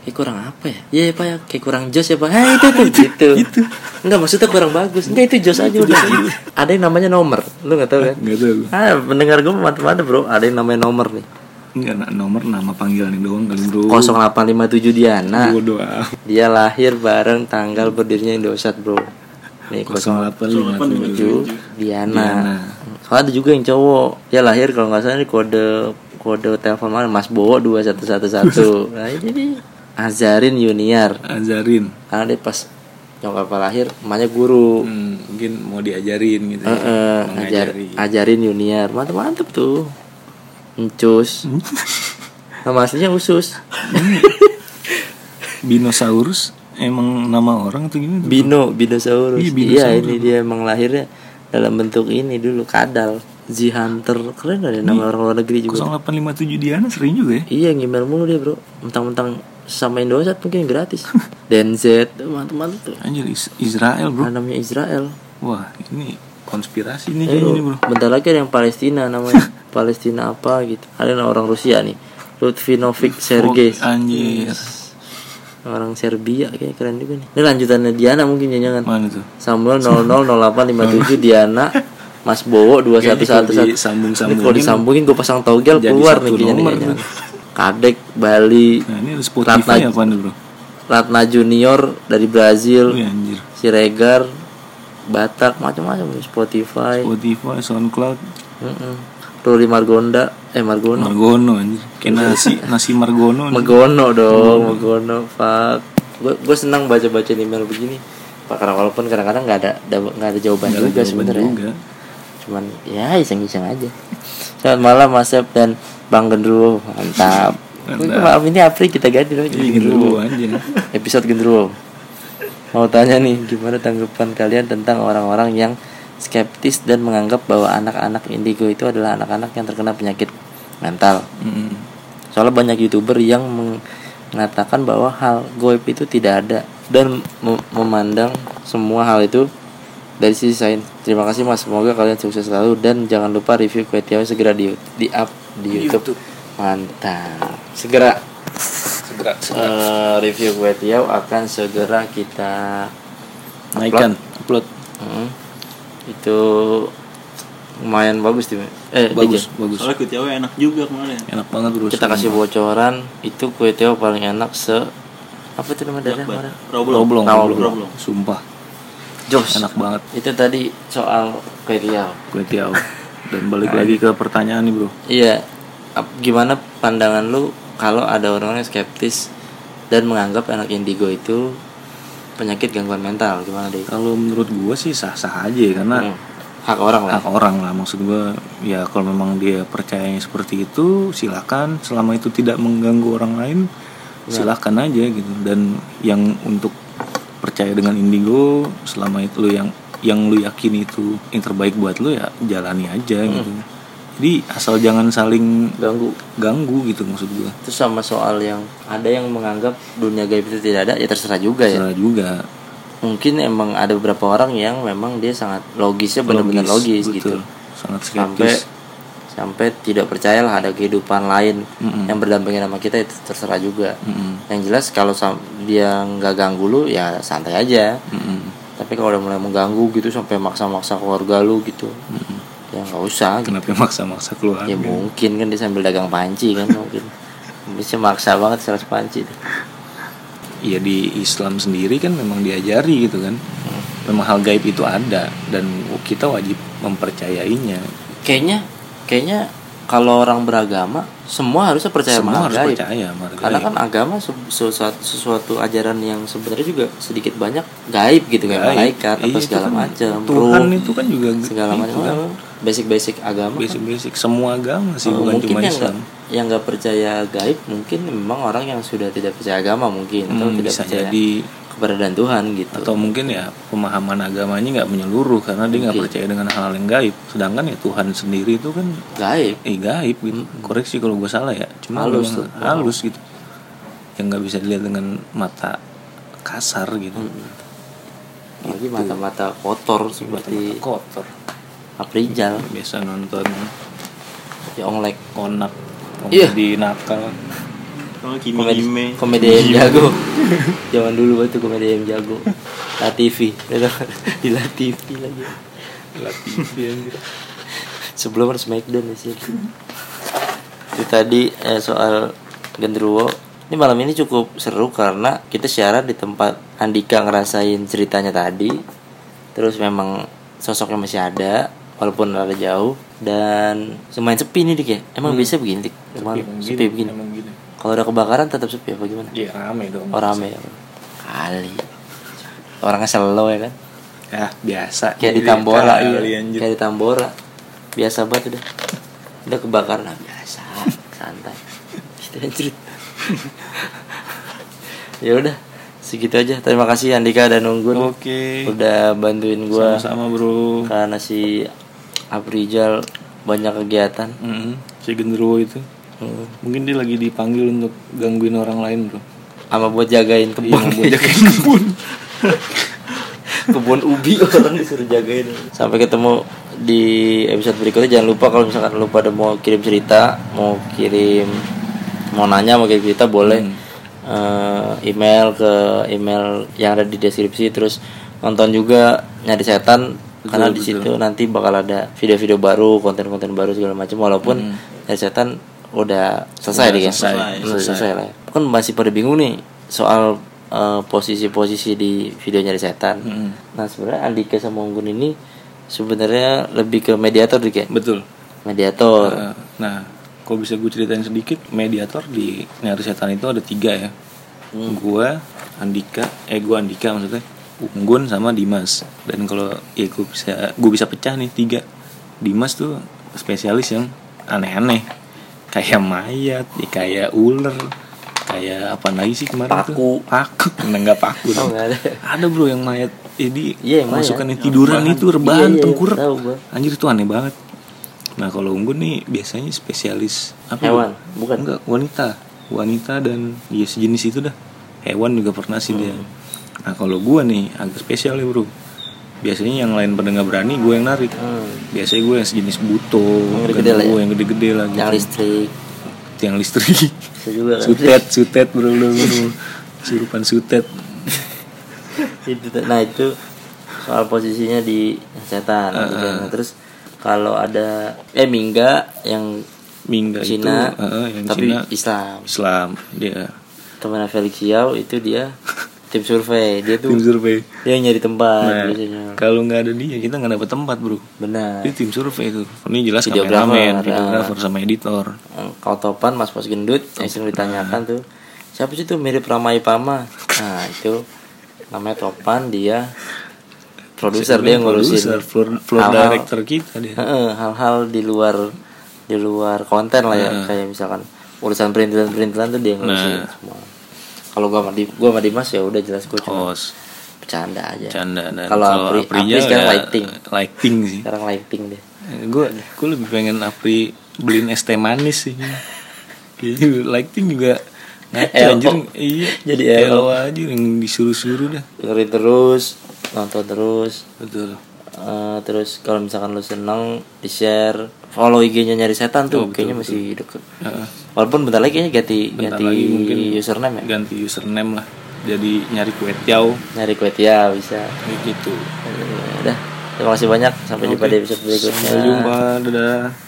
[SPEAKER 1] kayak kurang apa ya? Iya ya, pak ya, kayak kurang jos ya pak. Hah itu tuh gitu. Enggak maksudnya kurang bagus. Enggak itu jos aja udah. Ada yang namanya nomor, lu nggak tahu kan?
[SPEAKER 2] nggak tahu
[SPEAKER 1] Ah, pendengar gue mantep-mantep bro, ada yang namanya nomor nih.
[SPEAKER 2] nggak na- nomor nama panggilan ini doang kali bro
[SPEAKER 1] 0857 Diana.
[SPEAKER 2] Bodoh ah.
[SPEAKER 1] Dia lahir bareng tanggal berdirinya Indosat bro. Nih 07
[SPEAKER 2] Diana.
[SPEAKER 1] Diana. Soalnya ada juga yang cowok. Dia lahir kalau nggak salah ini kode kode telepon mana Mas Bowo 2111. nah, ini nih Azarin Yuniar.
[SPEAKER 2] ajarin
[SPEAKER 1] Karena dia pas nyokap lahir emaknya guru.
[SPEAKER 2] Hmm, mungkin mau diajarin gitu ya.
[SPEAKER 1] Eh, eh, ajar,
[SPEAKER 2] Mengajari.
[SPEAKER 1] ajarin Yuniar. Mantep-mantep tuh. Encus. Nama aslinya usus.
[SPEAKER 2] Hmm. Binosaurus emang nama orang atau gimana?
[SPEAKER 1] Bino, Binosaurus.
[SPEAKER 2] Iya,
[SPEAKER 1] Iya,
[SPEAKER 2] Binosaurus.
[SPEAKER 1] ini dia emang lahirnya dalam bentuk ini dulu kadal. Z Hunter keren gak deh nama orang luar negeri juga.
[SPEAKER 2] 0857 Diana sering juga ya.
[SPEAKER 1] Iya ngimel mulu dia bro. Mentang-mentang sama Indosat mungkin gratis. Denzet, mantep-mantep tuh.
[SPEAKER 2] Anjir Is- Israel,
[SPEAKER 1] Nah,
[SPEAKER 2] Bro.
[SPEAKER 1] namanya Israel.
[SPEAKER 2] Wah, ini konspirasi nih
[SPEAKER 1] Eh,
[SPEAKER 2] kayaknya nih,
[SPEAKER 1] lu,
[SPEAKER 2] Bro.
[SPEAKER 1] bentar lagi ada yang Palestina namanya. Palestina apa gitu. Ada yang orang Rusia nih. Lutvinovic Sergei.
[SPEAKER 2] Oh, anjir.
[SPEAKER 1] Orang Serbia kayaknya keren juga nih. Ini lanjutannya Diana mungkin jangan.
[SPEAKER 2] Mana tuh?
[SPEAKER 1] Samuel 000857 Diana Mas Bowo
[SPEAKER 2] Kayaknya kalau
[SPEAKER 1] 2111
[SPEAKER 2] disambung-sambungin,
[SPEAKER 1] Ini kalau disambungin gue pasang togel
[SPEAKER 2] jadi
[SPEAKER 1] keluar
[SPEAKER 2] satu
[SPEAKER 1] nih kayaknya nih,
[SPEAKER 2] nomor
[SPEAKER 1] kayaknya.
[SPEAKER 2] tuh.
[SPEAKER 1] Kadek Bali
[SPEAKER 2] Nah, ini ada Spotify
[SPEAKER 1] Ratna-
[SPEAKER 2] apa nih, Bro?
[SPEAKER 1] Ratna Junior dari Brazil
[SPEAKER 2] Wih, anjir.
[SPEAKER 1] Siregar Batak macam-macam nih, Spotify
[SPEAKER 2] Spotify, SoundCloud,
[SPEAKER 1] Mm-mm. Ruri Margonda eh Margono
[SPEAKER 2] Margono anjir. Kayak nasi, nasi Margono. nih.
[SPEAKER 1] Megono dong Megono Pak gue gue senang baca-baca email begini Pak karena walaupun kadang-kadang nggak ada nggak ada jawaban
[SPEAKER 2] Nggak ada
[SPEAKER 1] juga
[SPEAKER 2] jawaban
[SPEAKER 1] sebenarnya
[SPEAKER 2] juga.
[SPEAKER 1] cuman ya iseng-iseng aja selamat malam Mas Sep dan Bang Gendruwo mantap Ini malam ini April kita ganti loh jadi
[SPEAKER 2] Iya,
[SPEAKER 1] Gendruwo
[SPEAKER 2] dulu aja.
[SPEAKER 1] episode Gendruwo mau tanya nih gimana tanggapan kalian tentang orang-orang yang skeptis dan menganggap bahwa anak-anak indigo itu adalah anak-anak yang terkena penyakit mental
[SPEAKER 2] Mm-mm.
[SPEAKER 1] soalnya banyak youtuber yang meng- mengatakan bahwa hal goib itu tidak ada dan mem- memandang semua hal itu dari sisi sains terima kasih mas semoga kalian sukses selalu dan jangan lupa review kue Tiawi segera di di up di YouTube, mantap segera
[SPEAKER 2] Segera.
[SPEAKER 1] eh, review kue Tiawi akan segera kita
[SPEAKER 2] Naikkan upload.
[SPEAKER 1] Mm. itu lumayan bagus tuh eh
[SPEAKER 2] Bagus,
[SPEAKER 1] Dija.
[SPEAKER 2] bagus.
[SPEAKER 3] Soalnya kutiawe enak juga kemarin.
[SPEAKER 2] Enak banget, Bro.
[SPEAKER 1] kita kasih bocoran itu kue Tiawi paling enak se apa itu nama daerah kan, kemarin?
[SPEAKER 3] Roblong.
[SPEAKER 2] Roblong,
[SPEAKER 1] Roblong.
[SPEAKER 2] Roblong. Sumpah,
[SPEAKER 1] Jos.
[SPEAKER 2] enak banget.
[SPEAKER 1] Itu tadi soal kue Riau.
[SPEAKER 2] Gue tiaw. Dan balik lagi ke pertanyaan nih bro.
[SPEAKER 1] Iya. Ap- Gimana pandangan lu kalau ada orang yang skeptis dan menganggap anak indigo itu penyakit gangguan mental? Gimana deh?
[SPEAKER 2] Kalau menurut gue sih sah-sah aja ya, karena
[SPEAKER 1] Hmm. Hak orang lah.
[SPEAKER 2] hak orang lah. Maksud gue ya kalau memang dia percayanya seperti itu silakan. Selama itu tidak mengganggu orang lain
[SPEAKER 1] Iya.
[SPEAKER 2] silakan aja gitu. Dan yang untuk percaya dengan indigo selama itu lu yang yang lu yakin itu yang terbaik buat lu ya jalani aja gitu. Jadi asal jangan saling
[SPEAKER 1] Hmm. Ganggu.
[SPEAKER 2] ganggu gitu maksud gue.
[SPEAKER 1] Terus sama soal yang ada yang menganggap dunia gaib itu tidak ada, ya terserah juga ya.
[SPEAKER 2] Salah juga.
[SPEAKER 1] Mungkin emang ada beberapa orang yang memang dia sangat logisnya benar-benar logis, gitu.
[SPEAKER 2] betul. Sangat
[SPEAKER 1] sampai
[SPEAKER 2] skeptis.
[SPEAKER 1] sampai tidak percayalah ada kehidupan lain yang berdampingan sama kita itu terserah juga.
[SPEAKER 2] Mm-mm.
[SPEAKER 1] Yang jelas kalau sam- dia nggak ganggu lu ya santai aja.
[SPEAKER 2] Mm-mm.
[SPEAKER 1] Tapi kalau udah mulai mengganggu gitu sampai maksa-maksa keluarga lu gitu, ya nggak usah. Gitu.
[SPEAKER 2] Kenapa gitu? maksa-maksa keluar?
[SPEAKER 1] Ya mungkin kan dia sambil dagang panci kan mungkin. Bisa maksa banget sales panci. tuh.
[SPEAKER 2] ya di Islam sendiri kan memang diajari gitu kan. Memang hal gaib itu ada dan kita wajib mempercayainya.
[SPEAKER 1] Kayaknya kayaknya kalau orang beragama semua harusnya percaya
[SPEAKER 2] Semua
[SPEAKER 1] sama hal
[SPEAKER 2] harus
[SPEAKER 1] gaib.
[SPEAKER 2] percaya iya. sama hal
[SPEAKER 1] Karena
[SPEAKER 2] gaib.
[SPEAKER 1] kan agama se- sesuatu, sesuatu ajaran yang sebenarnya juga sedikit banyak gaib gitu kayak
[SPEAKER 2] Gaib.
[SPEAKER 1] malaikat atau
[SPEAKER 2] Iya, itu
[SPEAKER 1] segala
[SPEAKER 2] kan.
[SPEAKER 1] macam.
[SPEAKER 2] Tuhan
[SPEAKER 1] ruh,
[SPEAKER 2] itu kan juga
[SPEAKER 1] segala
[SPEAKER 2] gitu
[SPEAKER 1] macam
[SPEAKER 2] kan.
[SPEAKER 1] basic-basic agama. kan.
[SPEAKER 2] Basic-basic semua agama sih
[SPEAKER 1] Eh,
[SPEAKER 2] bukan
[SPEAKER 1] mungkin
[SPEAKER 2] cuma
[SPEAKER 1] yang
[SPEAKER 2] Islam.
[SPEAKER 1] nggak yang nggak percaya gaib mungkin memang orang yang sudah tidak percaya agama mungkin atau
[SPEAKER 2] Hmm,
[SPEAKER 1] tidak
[SPEAKER 2] bisa
[SPEAKER 1] percaya
[SPEAKER 2] jadi
[SPEAKER 1] keberadaan Tuhan gitu.
[SPEAKER 2] atau mungkin ya pemahaman agamanya nggak menyeluruh karena dia nggak
[SPEAKER 1] Mungkin.
[SPEAKER 2] percaya dengan hal-hal yang gaib. Sedangkan ya Tuhan sendiri itu kan
[SPEAKER 1] gaib.
[SPEAKER 2] eh gaib gitu koreksi kalau gue salah ya cuma
[SPEAKER 1] Halus
[SPEAKER 2] memang
[SPEAKER 1] tuh.
[SPEAKER 2] halus gitu yang nggak bisa dilihat dengan mata kasar gitu
[SPEAKER 1] Lagi Hmm. mata-mata kotor seperti
[SPEAKER 2] kotor
[SPEAKER 1] Aprijal.
[SPEAKER 2] biasa nonton
[SPEAKER 1] si Ya, Onglek
[SPEAKER 2] konak
[SPEAKER 1] Iya.
[SPEAKER 2] komedi nakal
[SPEAKER 3] Oh, Kimi
[SPEAKER 1] komedi
[SPEAKER 3] Kimi.
[SPEAKER 1] komedi yang jago zaman dulu banget tuh komedi yang jago La TV Gitu. di La TV lagi sebelum harus Smackdown di sini itu tadi eh, soal genderuwo ini malam ini cukup seru karena kita siaran di tempat Andika ngerasain ceritanya tadi terus memang sosoknya masih ada walaupun rada jauh dan lumayan sepi nih dik ya emang biasa begini dik Emang
[SPEAKER 2] Emang
[SPEAKER 1] sepi
[SPEAKER 2] gini,
[SPEAKER 1] begini
[SPEAKER 2] emang gini.
[SPEAKER 1] kalau ada kebakaran tetap sepi apa gimana?
[SPEAKER 2] iya rame dong
[SPEAKER 1] Oh rame ya. Kali. Orangnya selo ya kan.
[SPEAKER 2] ya biasa
[SPEAKER 1] Kayak di
[SPEAKER 2] Jadi,
[SPEAKER 1] Tambora
[SPEAKER 2] kali
[SPEAKER 1] iya.
[SPEAKER 2] anjir.
[SPEAKER 1] Kayak di Tambora. Biasa banget udah. Udah kebakaran lah biasa. Santai. Kita anjir. ya udah. Segitu aja. Terima kasih Andika dan Unggun.
[SPEAKER 2] oke
[SPEAKER 1] Udah bantuin gua
[SPEAKER 2] sama-sama bro
[SPEAKER 1] karena si Aprijal banyak kegiatan.
[SPEAKER 2] Mm-mm, si genderuwo itu
[SPEAKER 1] Hmm.
[SPEAKER 2] mungkin dia lagi dipanggil untuk gangguin orang lain bro
[SPEAKER 1] Sama buat jagain
[SPEAKER 2] Iya,
[SPEAKER 1] kebun.
[SPEAKER 2] mau jagain kebun
[SPEAKER 1] kebun ubi orang disuruh jagain sampai ketemu di episode berikutnya jangan lupa kalau misalkan lu pada mau kirim cerita mau kirim mau nanya mau kirim cerita boleh
[SPEAKER 2] Hmm.
[SPEAKER 1] Eh, email ke email yang ada di deskripsi terus nonton juga nyari setan karena di situ nanti bakal ada video-video baru konten-konten baru segala macam walaupun nyari setan udah selesai deh ya
[SPEAKER 2] Hmm. selesai,
[SPEAKER 1] Udah selesai lah ya. kan masih pada bingung nih soal eh, posisi-posisi di video nyari setan
[SPEAKER 2] Mm-mm.
[SPEAKER 1] Nah sebenarnya Andika sama Unggun ini sebenarnya lebih ke mediator dik ya?
[SPEAKER 2] betul
[SPEAKER 1] Mediator.
[SPEAKER 2] Eh, nah kalau bisa gue ceritain sedikit mediator di nyari setan itu ada tiga ya
[SPEAKER 1] Hmm.
[SPEAKER 2] gue Andika eh gue Andika maksudnya Unggun sama Dimas dan kalau ya gue bisa gue bisa pecah nih tiga Dimas tuh spesialis yang aneh-aneh kayak mayat ya kayak ular kayak apa lagi sih kemarin
[SPEAKER 1] Paku.
[SPEAKER 2] tuh paku Nah, nggak paku
[SPEAKER 1] Oh nggak ada.
[SPEAKER 2] ada bro yang mayat jadi
[SPEAKER 1] Iya, yang mayat.
[SPEAKER 2] masukannya tiduran itu rebahan
[SPEAKER 1] Iya, iya,
[SPEAKER 2] tengkurap
[SPEAKER 1] tahu gua.
[SPEAKER 2] anjir itu aneh banget nah kalau unggun nih biasanya spesialis apa
[SPEAKER 1] Hewan,
[SPEAKER 2] Bu?
[SPEAKER 1] bukan?
[SPEAKER 2] enggak wanita wanita dan ya sejenis itu dah hewan juga pernah sih
[SPEAKER 1] Hmm.
[SPEAKER 2] dia nah kalau gua nih agak spesial ya bro biasanya yang lain pada nggak berani gue yang narik
[SPEAKER 1] Hmm.
[SPEAKER 2] biasanya gue yang sejenis buto
[SPEAKER 1] Yang gede-gede lah ya?
[SPEAKER 2] gendruwo, yang gede-gede lah gitu
[SPEAKER 1] Yang listrik.
[SPEAKER 2] tiang listrik
[SPEAKER 1] Itu juga kan.
[SPEAKER 2] sutet sutet bro bro bro surupan sutet
[SPEAKER 1] itu nah itu soal posisinya di setan.
[SPEAKER 2] Ah,
[SPEAKER 1] gitu ya. Nah, Terus kalau ada eh Mingga yang
[SPEAKER 2] mingga
[SPEAKER 1] Cina,
[SPEAKER 2] itu eh, yang
[SPEAKER 1] tapi
[SPEAKER 2] Cina
[SPEAKER 1] Islam.
[SPEAKER 2] Islam dia
[SPEAKER 1] Temannya Felix Yao itu dia tim survei dia
[SPEAKER 2] tim
[SPEAKER 1] tuh
[SPEAKER 2] survei
[SPEAKER 1] dia yang nyari tempat
[SPEAKER 2] nah
[SPEAKER 1] biasanya.
[SPEAKER 2] kalau nggak ada dia kita nggak dapet tempat bro
[SPEAKER 1] Benar.
[SPEAKER 2] itu tim survei itu ini jelas
[SPEAKER 1] Videographer, ya.
[SPEAKER 2] kameramen
[SPEAKER 1] ada.
[SPEAKER 2] videographer sama editor
[SPEAKER 1] kau Eh, topan mas pos gendut yang sering ditanyakan tuh siapa sih tuh mirip Ramai Pama nah itu namanya topan dia produser dia yang
[SPEAKER 2] produser
[SPEAKER 1] ngurusin
[SPEAKER 2] floor, floor
[SPEAKER 1] hal-hal-
[SPEAKER 2] director kita dia
[SPEAKER 1] Heeh, hal-hal di luar di luar konten lah ya kayak misalkan urusan perintilan perintilan tuh dia yang ngurusin
[SPEAKER 2] Nah.
[SPEAKER 1] semua kalau gua sama di gua sama Dimas ya udah jelas gua cuma
[SPEAKER 2] host
[SPEAKER 1] bercanda aja
[SPEAKER 2] canda dan
[SPEAKER 1] Ya. Kalau Apri- Apri sekarang
[SPEAKER 2] nah, ya
[SPEAKER 1] lighting. Ya.
[SPEAKER 2] lighting sih
[SPEAKER 1] sekarang lighting deh
[SPEAKER 2] gue gue lebih pengen Apri beliin es teh manis sih Kayaknya lighting juga ngaco
[SPEAKER 1] Elo.
[SPEAKER 2] anjir iya
[SPEAKER 1] Jadi elo.
[SPEAKER 2] elo aja yang disuruh-suruh dah
[SPEAKER 1] dengerin terus nonton terus
[SPEAKER 2] betul
[SPEAKER 1] Eh, terus kalau misalkan lu seneng di share follow IG-nya nyari setan tuh kayaknya masih deket walaupun Iya, bentar lagi kayaknya ganti ganti
[SPEAKER 2] lagi mungkin.
[SPEAKER 1] username ya
[SPEAKER 2] ganti username lah jadi nyari kue tiaw
[SPEAKER 1] nyari kue ya bisa
[SPEAKER 2] kayak gitu
[SPEAKER 1] Eh, udah terima kasih banyak sampai jumpa di episode berikutnya
[SPEAKER 2] sampai jumpa dadah